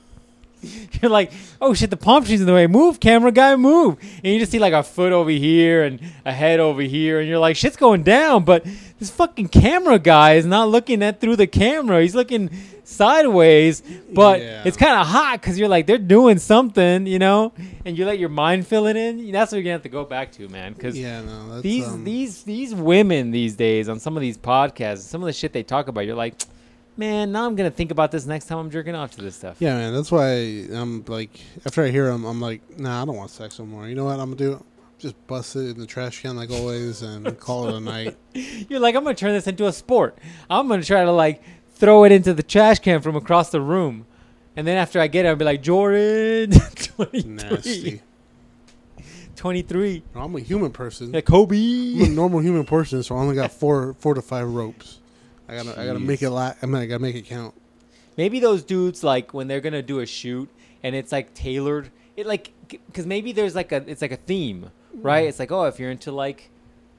you're like, oh shit, the palm tree's in the way. Move, camera guy, move, and you just see like a foot over here and a head over here, and you're like, shit's going down, but this fucking camera guy is not looking at through the camera. He's looking sideways, but Yeah. it's kind of hot because you're like, they're doing something, you know, and you let your mind fill it in. That's what you're gonna have to go back to, man, because yeah, no. That's, these um, these these women these days on some of these podcasts, some of the shit they talk about, you're like, man, now I'm gonna think about this next time I'm jerking off to this stuff. Yeah, man. That's why I'm like, after I hear them, I'm like, nah, I don't want sex anymore. You know what I'm gonna do? Just bust it in the trash can like always and call it a night. You're like, I'm gonna turn this into a sport. I'm gonna try to like throw it into the trash can from across the room, and then after I get it, I'll be like, Jordan, 23, Nasty. 23, No, I'm a human person. yeah, Kobe. I'm a normal human person, so I only got four, four to five ropes. I gotta, I gotta make it. La- I mean, I gotta make it count. Maybe those dudes like when they're gonna do a shoot and it's like tailored. It like because maybe there's like a it's like a theme, right? It's like oh, if you're into like,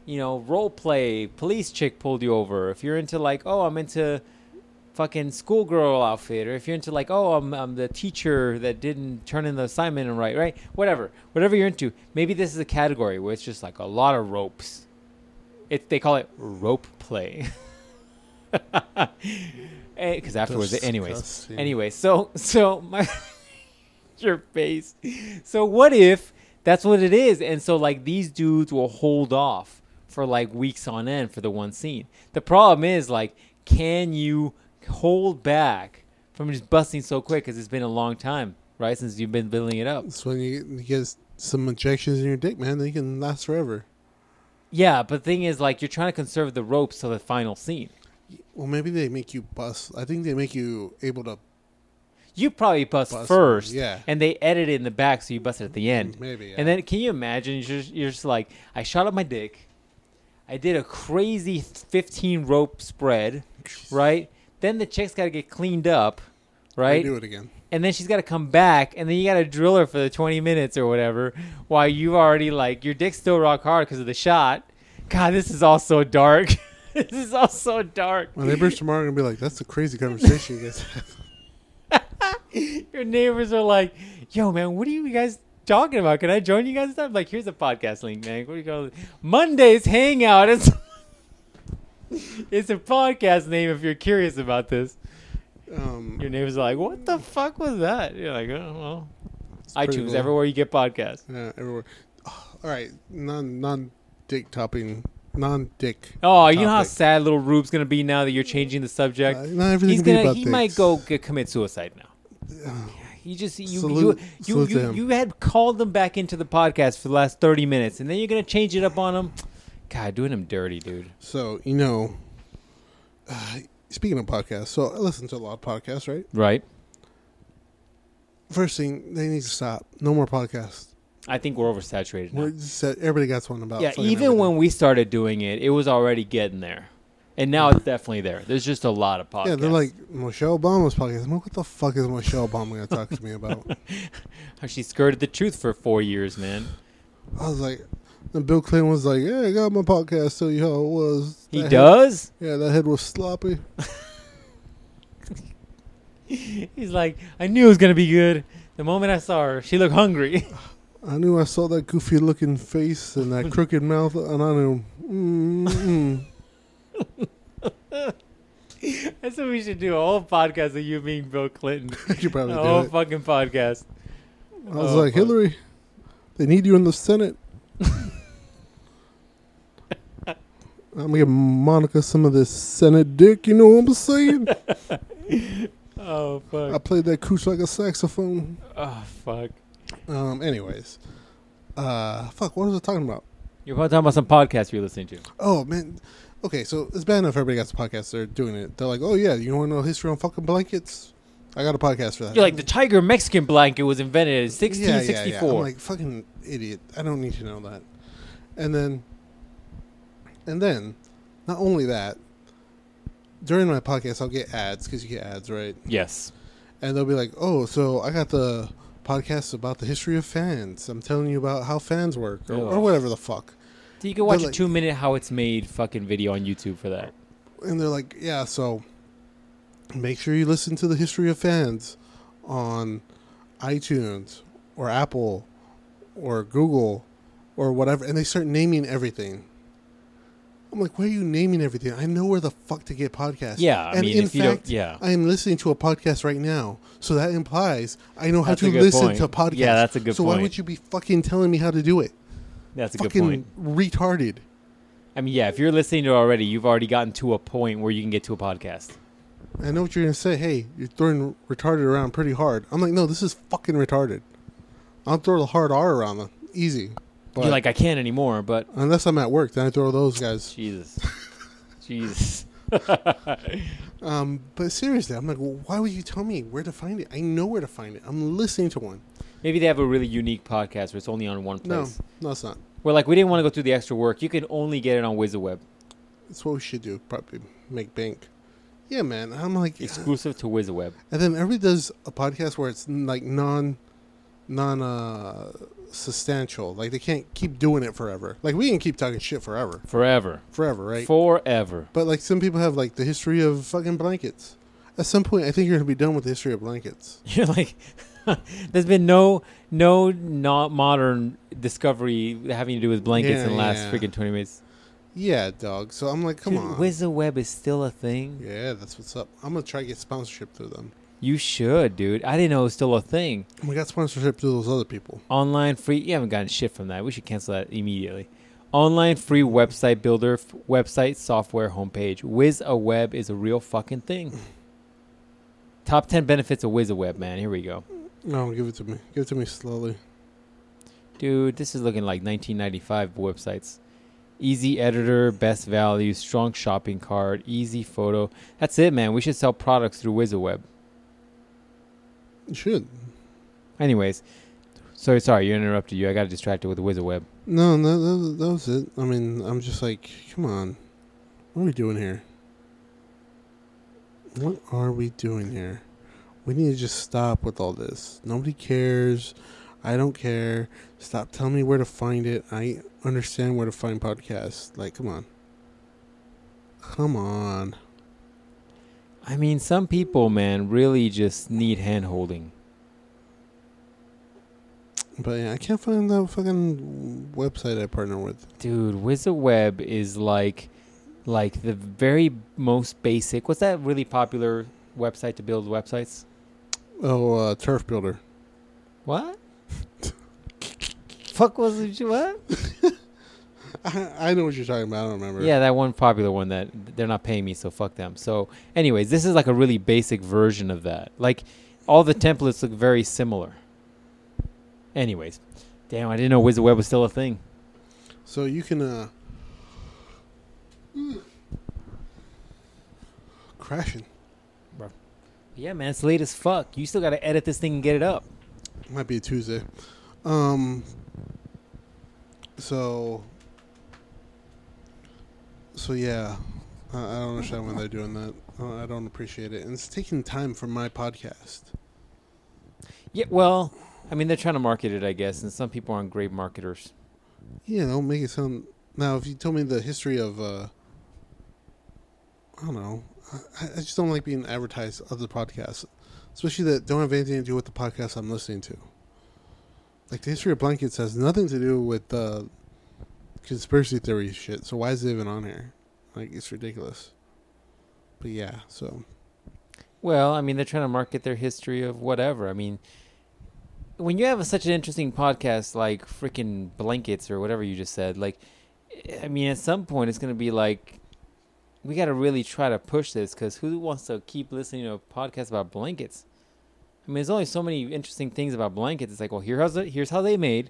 you know, role play, police chick pulled you over. If you're into like oh, I'm into fucking schoolgirl outfit, or if you're into like, oh, I'm, I'm the teacher that didn't turn in the assignment and right, right, whatever, whatever you're into. Maybe this is a category where it's just like a lot of ropes. It they call it rope play. Because afterwards, anyways, Disgusting. anyway, so so my your face. So what if that's what it is? And so like these dudes will hold off for like weeks on end for the one scene. The problem is like, can you hold back from just busting so quick? Because it's been a long time, right, since you've been building it up. It's when you, you get some injections in your dick, man. They can last forever. Yeah, but the thing is like you're trying to conserve the ropes till the final scene. Well, maybe they make you bust. I think they make you able to. You probably bust, Bust, first, yeah. Mm-hmm. and they edit it in the back, so you bust it at the end. Maybe, yeah. And then, can you imagine? You're just, you're just like, I shot up my dick, I did a crazy fifteen rope spread, right? Then the chick's got to get cleaned up, right? Do it again. And then she's got to come back, and then you got to drill her for the twenty minutes or whatever, while you already like your dick's still rock hard because of the shot. God, this is all so dark. this is all so dark. My neighbors tomorrow are gonna be like, "That's a crazy conversation you guys have." Your neighbors are like, "Yo, man, what are you guys talking about? Can I join you guys?" I'm like, "Here's a podcast link, man. What do you call Monday's Hangout?" It's it's a podcast name if you're curious about this. Um, Your neighbors are like, "What the fuck was that?" You're like, "Oh, well." it's pretty iTunes cool. everywhere you get podcasts. Yeah, everywhere. Oh, all right, non non dick topping, non dick. Oh, you know how Topic. sad little Rube's gonna be now that you're changing the subject. Uh, not everything He's can be gonna. about He dicks. might go get, commit suicide now. Yeah, He just you Salute- you you, salute to you, him. you had called them back into the podcast for the last thirty minutes, and then you're gonna change it up on them. God, doing him dirty, dude. So you know, uh, speaking of podcasts, so I listen to a lot of podcasts, right? Right. First thing, they need to stop. No more podcasts. I think we're oversaturated now. We're just, everybody got one about. yeah, fucking even everything. when we started doing it, it was already getting there, and now it's definitely there. There's just a lot of podcasts. yeah, they're like Michelle Obama's podcast. I'm like, what the fuck is Michelle Obama gonna talk to me about? she skirted the truth for four years, man. I was like, and Bill Clinton was like, yeah, I got my podcast. So you how it was. He That head- does. yeah, that head was sloppy. He's like, I knew it was gonna be good. The moment I saw her, she looked hungry. I knew I saw that goofy looking face and that crooked mouth, and I knew. Mm, mm. That's what we should do. A whole podcast of you being Bill Clinton. I could A probably whole do it. fucking podcast. I was oh, like, fuck. Hillary, they need you in the Senate. I'm gonna give Monica some of this Senate dick. You know what I'm saying? Oh fuck. I played that couch like a saxophone. oh fuck. Um. Anyways, uh, fuck. What was I talking about? You're probably talking about some podcast you're listening to. Oh man. Okay, so it's bad enough everybody got the podcast. They're doing it. They're like, oh yeah, you want to know history on fucking blankets? I got a podcast for that. You're like the tiger Mexican blanket was invented in Yeah, yeah, 1664. yeah. I'm like fucking idiot. I don't need to know that. And then, and then, not only that, during my podcast I'll get ads because you get ads right, yes. and they'll be like, oh, so I got the podcast about the history of fans. I'm telling you about how fans work or, or Ugh. whatever the fuck. So you can watch like- a two minute how it's made fucking video on YouTube for that. and they're like, yeah, so make sure you listen to the history of fans on iTunes or Apple or Google or whatever. And they start naming everything. I'm like, why are you naming everything? I know where the fuck to get podcasts. Yeah, I and mean, in if you don't- fact, yeah. I am listening to a podcast right now, so that implies I know how That's a to good listen point. to podcasts. Yeah, that's a good So why point. would you be fucking telling me how to do it? That's a good fucking point. retarded. I mean, yeah, if you're listening to it already, you've already gotten to a point where you can get to a podcast. I know what you're gonna say. Hey, you're throwing retarded around pretty hard. I'm like, no, this is fucking retarded. I'll throw the hard R around them, easy. But you're like, I can't anymore, but unless I'm at work, then I throw those guys. Jesus. Jesus. Um, but seriously, I'm like, well, why would you tell me where to find it? I know where to find it. I'm listening to one. Maybe they have a really unique podcast where it's only on one No, place. no, it's not. Where like we didn't want to go through the extra work. You can only get it on WizardWeb. It's what we should do. Probably make bank. Yeah, man. I'm like, uh, Exclusive to WizWeb. and then everybody does a podcast where it's like non, non uh, substantial. Like they can't keep doing it forever. Like we can keep talking shit forever, Forever. forever, right? Forever. But like some people have like the history of fucking blankets. At some point, I think you're gonna be done with the history of blankets. You're like, there's been no no not modern discovery having to do with blankets Yeah, in the last yeah. freaking 20 minutes. Yeah, dog. So I'm like, come Dude, on. WizWeb is still a thing. yeah, that's what's up. I'm gonna try to get sponsorship through them. You should, dude. I didn't know it was still a thing. We got sponsorship through those other people. Online free. You haven't gotten shit from that. We should cancel that immediately. Online free website builder, f- website software homepage. WizAWeb is a real fucking thing. Top 10 benefits of WizAWeb, man. Here we go. No, give it to me. Give it to me slowly. Dude, this is looking like 1995 websites. Easy editor, best value, strong shopping cart, easy photo. That's it, man. We should sell products through WizAWeb. You should. Anyways, sorry, sorry, you interrupted you. I got distracted with WizAWeb. No, no, that, that was it. I mean, I'm just like, come on. What are we doing here? What are we doing here? We need to just stop with all this. Nobody cares. I don't care. Stop telling me where to find it. I understand where to find podcasts. Like, come on. Come on. I mean, some people, man, really just need hand holding. But yeah, I can't find that fucking website I partner with. Dude, WizAWeb is like like the very most basic. What's that really popular website to build websites? Oh, uh, Turf Builder. What? Fuck was it? What? I, I know what you're talking about. I don't remember. Yeah, that one popular one that they're not paying me, so fuck them. So, anyways, this is like a really basic version of that. Like, all the templates look very similar. Anyways, damn, I didn't know WizardWeb was still a thing. So you can uh crashing. Yeah, man, it's late as fuck. You still got to edit this thing and get it up. Might be a Tuesday. Um so so yeah, I, I don't understand why they're doing that. Uh, I I don't appreciate it, and it's taking time from my podcast. Yeah, well, I mean, they're trying to market it, I guess, and some people aren't great marketers. Yeah, don't make it sound. Now, if you told me the history of, uh, I don't know, I, I just don't like being advertised other podcasts, especially that don't have anything to do with the podcast I'm listening to. Like the history of blankets has nothing to do with uh, conspiracy theory shit. So why is it even on here? Like it's ridiculous. But yeah, so Well, I mean, they're trying to market their history of whatever. I mean, when you have such an interesting podcast like freaking blankets or whatever you just said, like, I mean, at some point it's going to be like, we got to really try to push this because who wants to keep listening to a podcast about blankets? I mean, there's only so many interesting things about blankets. It's like, well, here's how, here's how they made,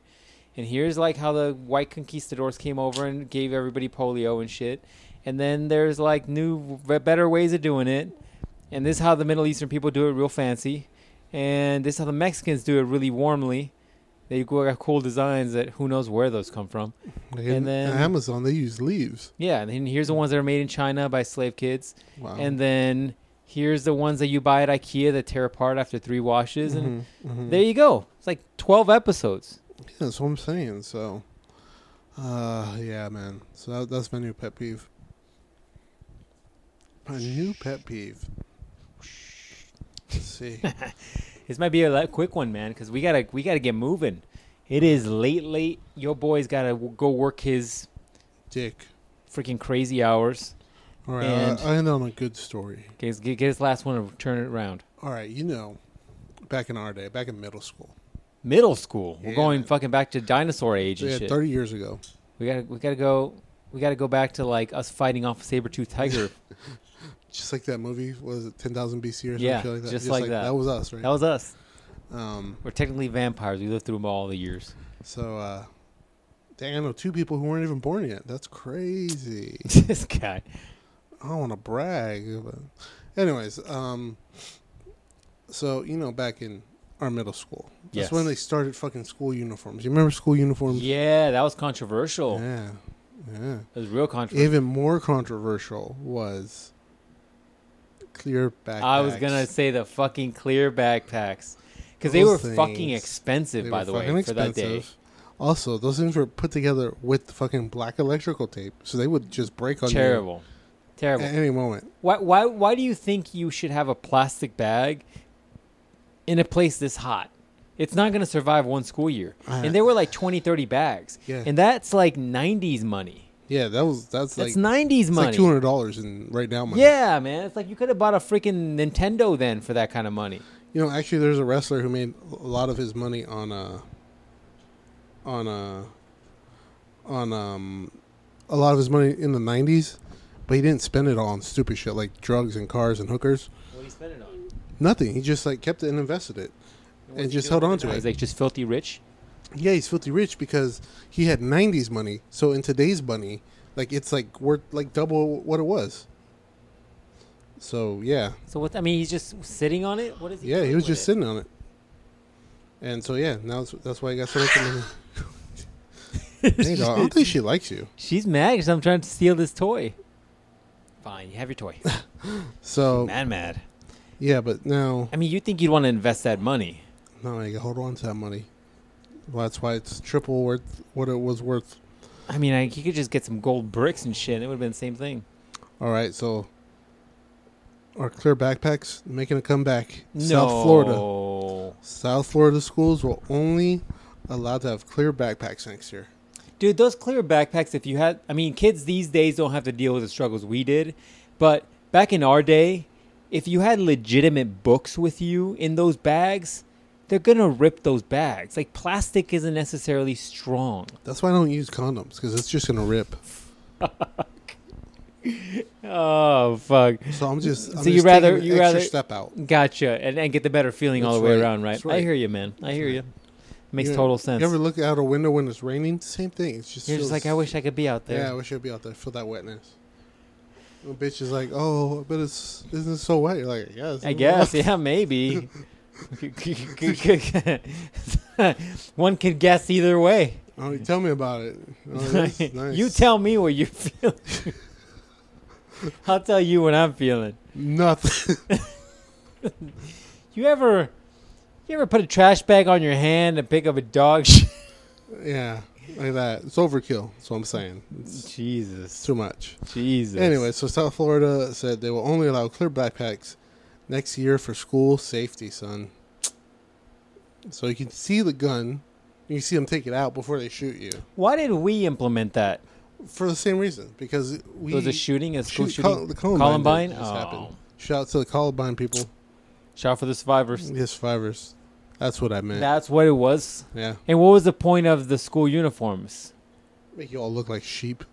and here's like how the white conquistadors came over and gave everybody polio and shit. And then there's like new, better ways of doing it and this is how the Middle Eastern people do it real fancy, and this is how the Mexicans do it really warmly. They go got cool designs that who knows where those come from. like And in then- Amazon they use leaves. Yeah, and then here's the ones that are made in China by slave kids, Wow. and then here's the ones that you buy at IKEA that tear apart after three washes, and Mhm, mhm. there you go. It's like twelve episodes. Yeah, that's what I'm saying. So, uh, yeah, man. So that, that's my new pet peeve. My new pet peeve. Let's see. This might be a li- quick one, man, because we gotta we gotta get moving. It is late, late. Your boy's gotta w- go work his Dick. freaking crazy hours. All right, And- I, I end on a good story. Okay, let's get, get his last one and turn it around. All right, you know, back in our day, back in middle school, Middle school. We're Yeah, going man. fucking back to dinosaur age so and yeah, shit. 30 years ago. We gotta we gotta go we gotta go back to like us fighting off a saber tooth tiger. Just like that movie, was it 10,000 BC or Yeah, something like that? just like that. was us, right? that was us. um, We're technically vampires. We lived through them all the years. so, uh, dang, I know two people who weren't even born yet. That's crazy. this guy. I don't want to brag, but anyways, um, so you know, back in our middle school, that's Yes. when they started fucking school uniforms. You remember school uniforms? Yeah, that was controversial. That yeah, yeah. was real controversial. Even more controversial was clear backpacks. I was gonna say the fucking clear backpacks because they were Those fucking things. expensive, They by were the way, fucking for that day. expensive. Also, those things were put together with fucking black electrical tape, so they would just break on Terrible, you terrible. at any moment. why, why, why do you think you should have a plastic bag in a place this hot? It's not gonna survive one school year. Uh, and they were like 20, 30 bags, Yeah. and that's like '90s money. Yeah, that was that's like That's '90s it's money. like two hundred dollars in right now money. Yeah, man. It's like you could have bought a freaking Nintendo then for that kind of money. you know, actually, there's a wrestler who made a lot of his money on uh on uh on um a lot of his money in the '90s, but he didn't spend it all on stupid shit like drugs and cars and hookers. What do you spend it on? Nothing. He just like kept it and invested it. And just held on to it. He's like just filthy rich. Yeah, he's filthy rich because he had '90s money. So in today's money, like it's like worth like double what it was. So yeah, So what? I mean, he's just sitting on it. What is he? yeah, he doing was with just it? sitting on it. And so yeah, now that's, that's why I got so much money. hey, dog, I don't think she likes you. She's mad because I'm trying to steal this toy. Fine, you have your toy. So mad, mad. yeah, but now I mean, you think you'd want to invest that money? no, I can hold on to that money. Well, that's why it's triple worth what it was worth. I mean, I, you could just get some gold bricks and shit. And it would have been the same thing. All right, so our clear backpacks making a comeback. No. South Florida. South Florida schools will only allow to have clear backpacks next year. Dude, those clear backpacks, if you had, I mean, kids these days don't have to deal with the struggles we did. But back in our day, if you had legitimate books with you in those bags, they're going to rip those bags. Like, plastic isn't necessarily strong. That's why I don't use condoms because it's just gonna rip. Oh, fuck. So I'm just. I'm So just you rather- taking an you extra rather- step out. Gotcha. And, and get the better feeling all That's the way right. around, right? That's right. I hear you, man. I hear you. Makes You- total sense. You You're, ever look out a window when it's raining? Same thing. It's just. just feels- like, I wish I could be out Yeah, I there. wish I'd be out there feel that wetness. The bitch is like, oh, but it's isn't it so wet? You're like, yeah. it's I not guess. wet." Yeah, maybe. One could guess either way. Oh, you tell me about it. Oh, that's nice. you tell me what you feel. I'll tell you what I'm feeling. nothing. You ever, you ever put a trash bag on your hand and pick up a dog? shit? yeah, like that. It's overkill. That's what I'm saying. It's, it's Jesus, too much. Jesus. Anyway, so South Florida said they will only allow clear backpacks next year for school safety, son. So you can see the gun, you can see them take it out before they shoot you. why did we implement that? For the same reason, because we It was a shooting, a school shoot- shooting. Col- the Columbine? just Oh. happened. Shout out to the Columbine people, Shout out for the survivors. the survivors. That's what I meant. That's what it was. yeah, And what was the point of the school uniforms? make you all look like sheep,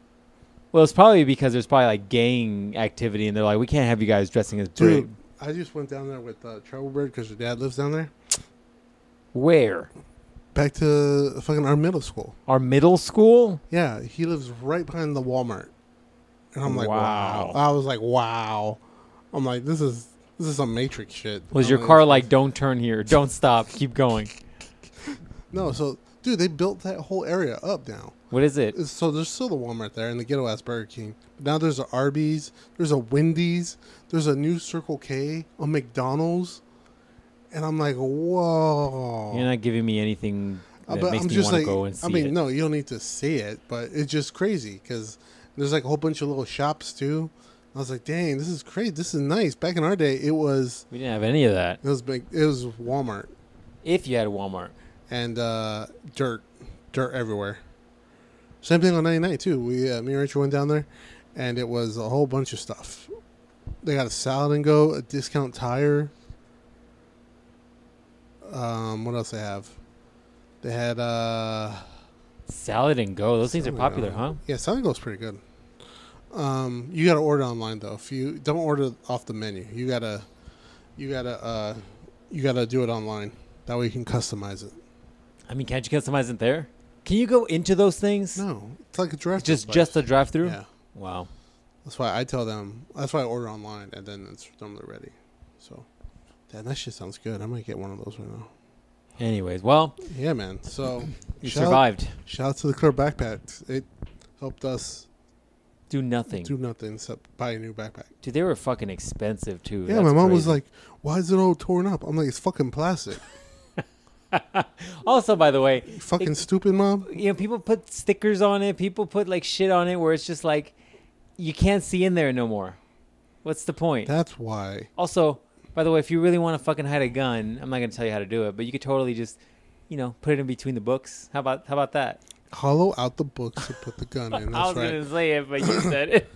Well, it's probably because there's probably like gang activity, and they're like, we can't have you guys dressing as dude. brig. I just went down there with uh, Trouble Bird because her dad lives down there. Where? Back to fucking our middle school. Our middle school? Yeah, he lives right behind the Walmart. And I'm like, wow. Wow. I was like, wow. I'm like, this is this is some Matrix shit. Was I'm your car like, don't turn here, don't stop, keep going? No, so dude, they built that whole area up now. What is it? It's- So there's still the Walmart there and the ghetto ass Burger King. Now there's a Arby's, there's a Wendy's, there's a new Circle K, a McDonald's, and I'm like, whoa. You're not giving me anything Uh, that makes me want to go and see I mean, it. no, you don't need to see it, but it's just crazy because there's like a whole bunch of little shops too. I was like, dang, this is crazy. This is nice. Back in our day, it was We didn't have any of that. it was big. It was Walmart If you had Walmart, and uh, dirt, dirt everywhere. Same thing on 99 too. We uh, me and Rachel went down there, and it was a whole bunch of stuff. They got a salad and go, a discount tire. Um, what else they have? They had uh. salad and go. Those things are Oh my popular, huh? God. Yeah, Salad Go's pretty good. Um, you gotta order online though. If you don't order off the menu, you gotta, you gotta, uh, you gotta do it online. That way you can customize it. I mean, can't you customize it there? Can you go into those things? No, it's like a draft. Just just a drive through? yeah. Wow. That's why I tell them. That's why I order online, and then it's normally ready. So, damn, that shit sounds good. I might get one of those right now. Anyways, well, Yeah, man. So you shout survived. Shout out to the Clear Backpacks. It helped us Do nothing. do nothing except buy a new backpack. Dude, they were fucking expensive too. Yeah, That's my mom was crazy. like, "Why is it all torn up?" I'm like, "It's fucking plastic." Also, by the way, You fucking stupid mom. you know, people put stickers on it. People put like shit on it where it's just like, you can't see in there no more. What's the point? That's why. Also, by the way, if you really want to fucking hide a gun, I'm not gonna tell you how to do it, but you could totally just, you know, put it in between the books. How about how about that? Hollow out the books and put the gun in. I was That's right. gonna say it, but you said it.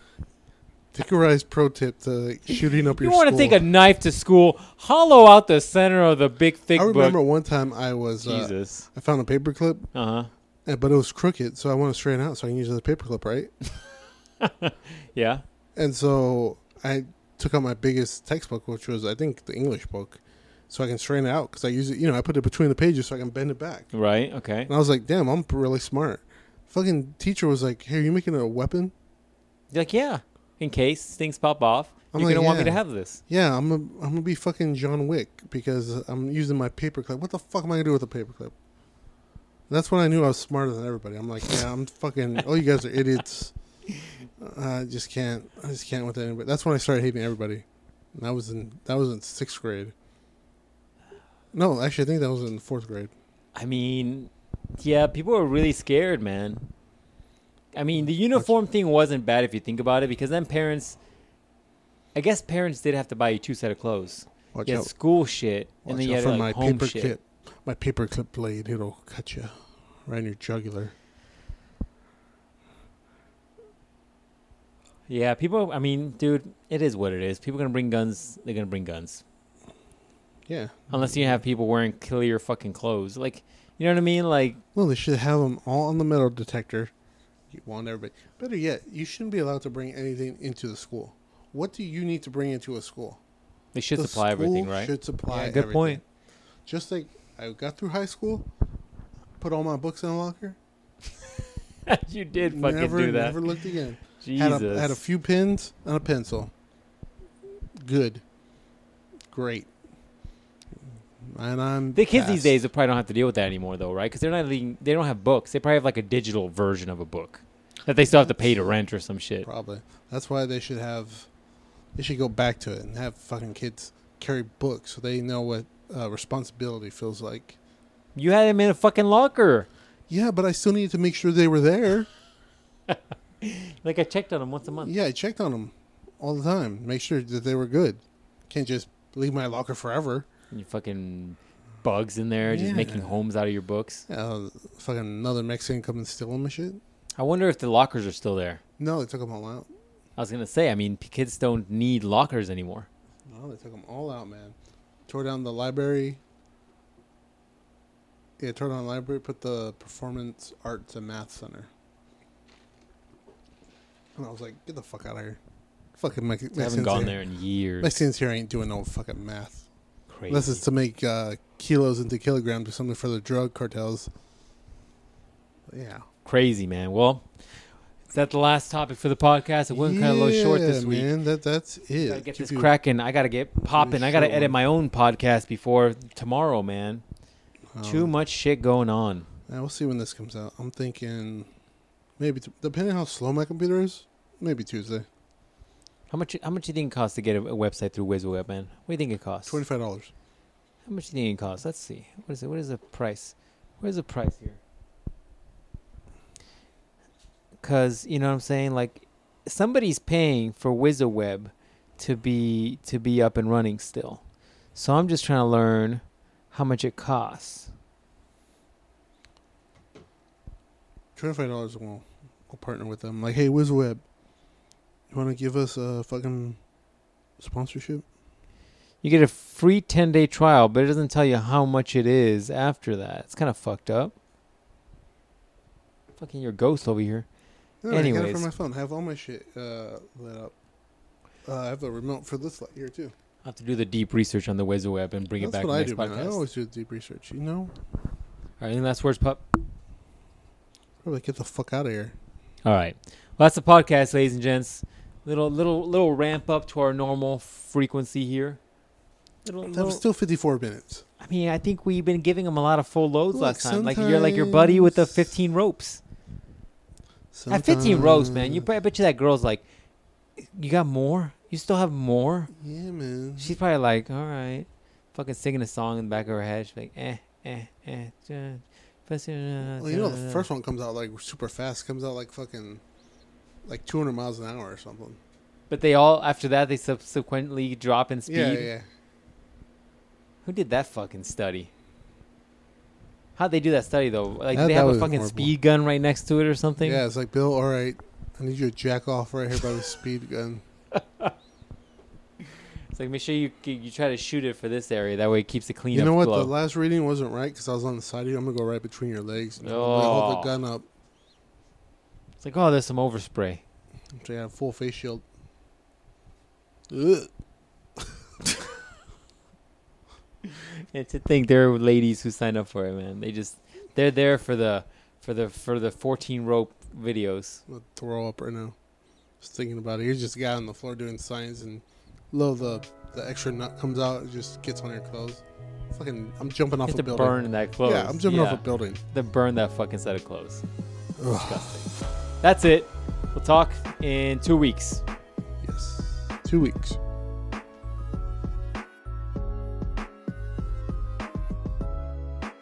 Take a rise pro tip to shooting up you your. want to school. take a knife to school, hollow out the center of the big thick I remember book. one time I was. Uh, Jesus. I found a paperclip, Uh huh. uh, but it was crooked, so I want to straighten out so I can use it as a paperclip, right? Yeah. And so I took out my biggest textbook, which was I think the English book, so I can straighten it out because I use it. You know, I put it between the pages so I can bend it back. Right. Okay. And I was like, damn, I'm really smart. Fucking teacher was like, hey, are you making a weapon? You're like, yeah. In case things pop off, I'm you're like, gonna want me to yeah. have this. Yeah, I'm a, I'm gonna be fucking John Wick because I'm using my paperclip. What the fuck am I gonna do with a paperclip? And that's when I knew I was smarter than everybody. I'm like, yeah, I'm fucking. Oh, you guys are idiots. Uh, I just can't. I just can't with anybody. That's when I started hating everybody. And that was in that was in sixth grade. No, actually, I think that was in fourth grade. I mean, yeah, people were really scared, man. I mean, the uniform thing wasn't bad if you think about it, because then parents, I guess parents did have to buy you two set of clothes. Watch you had out! school shit, and watch then you out had for like, my home paper shit. clip. My paperclip blade. It'll cut you right in your jugular. Yeah, people. I mean, dude, it is what it is. People gonna bring guns. They're gonna bring guns, Yeah. unless you have people wearing clear fucking clothes. Like, you know what I mean? Like, Well, they should have them all on the metal detector. You want everybody. Better yet, you shouldn't be allowed to bring anything into the school. What do you need to bring into a school? they should The supply everything, school right? Should supply. Yeah, good everything. point. Just like I got through high school, put all my books in a locker. you did fucking never, do that. Never looked again. Jesus. Had a, had a few pins and a pencil. Good. Great. And I'm The kids these passed. days probably don't have to deal with that anymore, though, right? Because they're not leading, they don't have books. They probably have like a digital version of a book that they still have to pay to rent or some shit. Probably. That's why they should have. They should go back to it and have fucking kids carry books so they know what uh, responsibility feels like. You had them in a fucking locker. Yeah, but I still needed to make sure they were there. Like I checked on them once a month. Yeah, I checked on them all the time, make sure that they were good. Can't just leave my locker forever. You fucking bugs in there, just making Yeah. homes out of your books. Uh, fucking another Mexican come and steal them and shit. I wonder if the lockers are still there. No, they took them all out. I was gonna say, I mean, p- kids don't need lockers anymore. No, Oh, they took them all out, man. Tore down the library. Yeah, tore down the library, put the Performance Arts and Math Center. And I was like, get the fuck out of here. Fucking Mex- I Mexicans haven't gone here. there in years. Mexicans here ain't doing no fucking math. Crazy. Unless it's to make uh, kilos into kilograms or something for the drug cartels. Yeah. Crazy, man. Well, is that the last topic for the podcast? It went kind of a little short this Yeah, week. Man, that, that's it. gotta get Keep this you- cracking. I gotta get popping. I gotta short edit one. my own podcast before tomorrow, man. um, Too much shit going on. Yeah, we'll see when this comes out. I'm thinking maybe, t- depending on how slow my computer is, maybe Tuesday. How much? How much do you think it costs to get a, a website through WYSIWYG, man? What do you think it costs? Twenty five dollars. How much do you think it costs? Let's see. What is it? What is the price? Where's the price here? Cause you know what I'm saying. Like somebody's paying for WYSIWYG to be to be up and running still. So I'm just trying to learn how much it costs. Twenty five dollars. We'll, we'll partner with them. Like, hey, WizWeb, you want to give us a fucking sponsorship? You get a free 10 day trial, but it doesn't tell you how much it is after that. It's kind of fucked up. Fucking your ghost over here. No, I got it Anyways. from my phone. I have all my shit uh, lit up. Uh, I have a remote for this light here too. I have to do the deep research on the Wizzle web and bring That's it back to what the I next do. Man. I podcast. always do deep research. You know, All right, any last words, pup? probably get the fuck out of here. All right. Well, that's the podcast, ladies and gents. Little little little ramp up to our normal frequency here. Little, That was little, still fifty four minutes. I mean, I think we've been giving them a lot of full loads Look, last time. Like you're like your buddy with the 15 ropes. At 15 rows, man, you Sometimes- bet- I bet you that girl's like, you got more? You still have more? Yeah, man. She's probably like, all right, fucking singing a song in the back of her head. She's like, eh, eh, eh. duh, fuss, uh, Well, you know, duh, the duh." first one comes out like super fast. Comes out like fucking, like 200 miles an hour or something. But they all after that they subsequently drop in speed. Yeah, yeah. Who did that fucking study? How'd they do that study though? Like That- did they that have a was fucking horrible. speed gun right next to it or something? Yeah, it's like Bill. All right, I need you to jack off right here by the speed gun. It's like make sure you you try to shoot it for this area. That way it keeps the clean you know up what? glow. The last reading wasn't right because I was on the side of you. I'm gonna go right between your legs. And I'm gonna hold Oh. the gun up. it's like oh, there's some overspray. So you have full face shield. Ugh. And to think there are ladies who sign up for it, man. They just they're there for the for the for the 14 rope videos. I'm gonna throw up right now. Just thinking about it. You're just a guy on the floor doing science, and lo, the the extra nut comes out. It just gets on your clothes. Fucking, I'm jumping You off have a to building. burn that clothes. Yeah, I'm jumping Yeah. off a building. to burn that fucking set of clothes. Ugh. Disgusting. That's it. We'll talk in two weeks. Yes. Two weeks.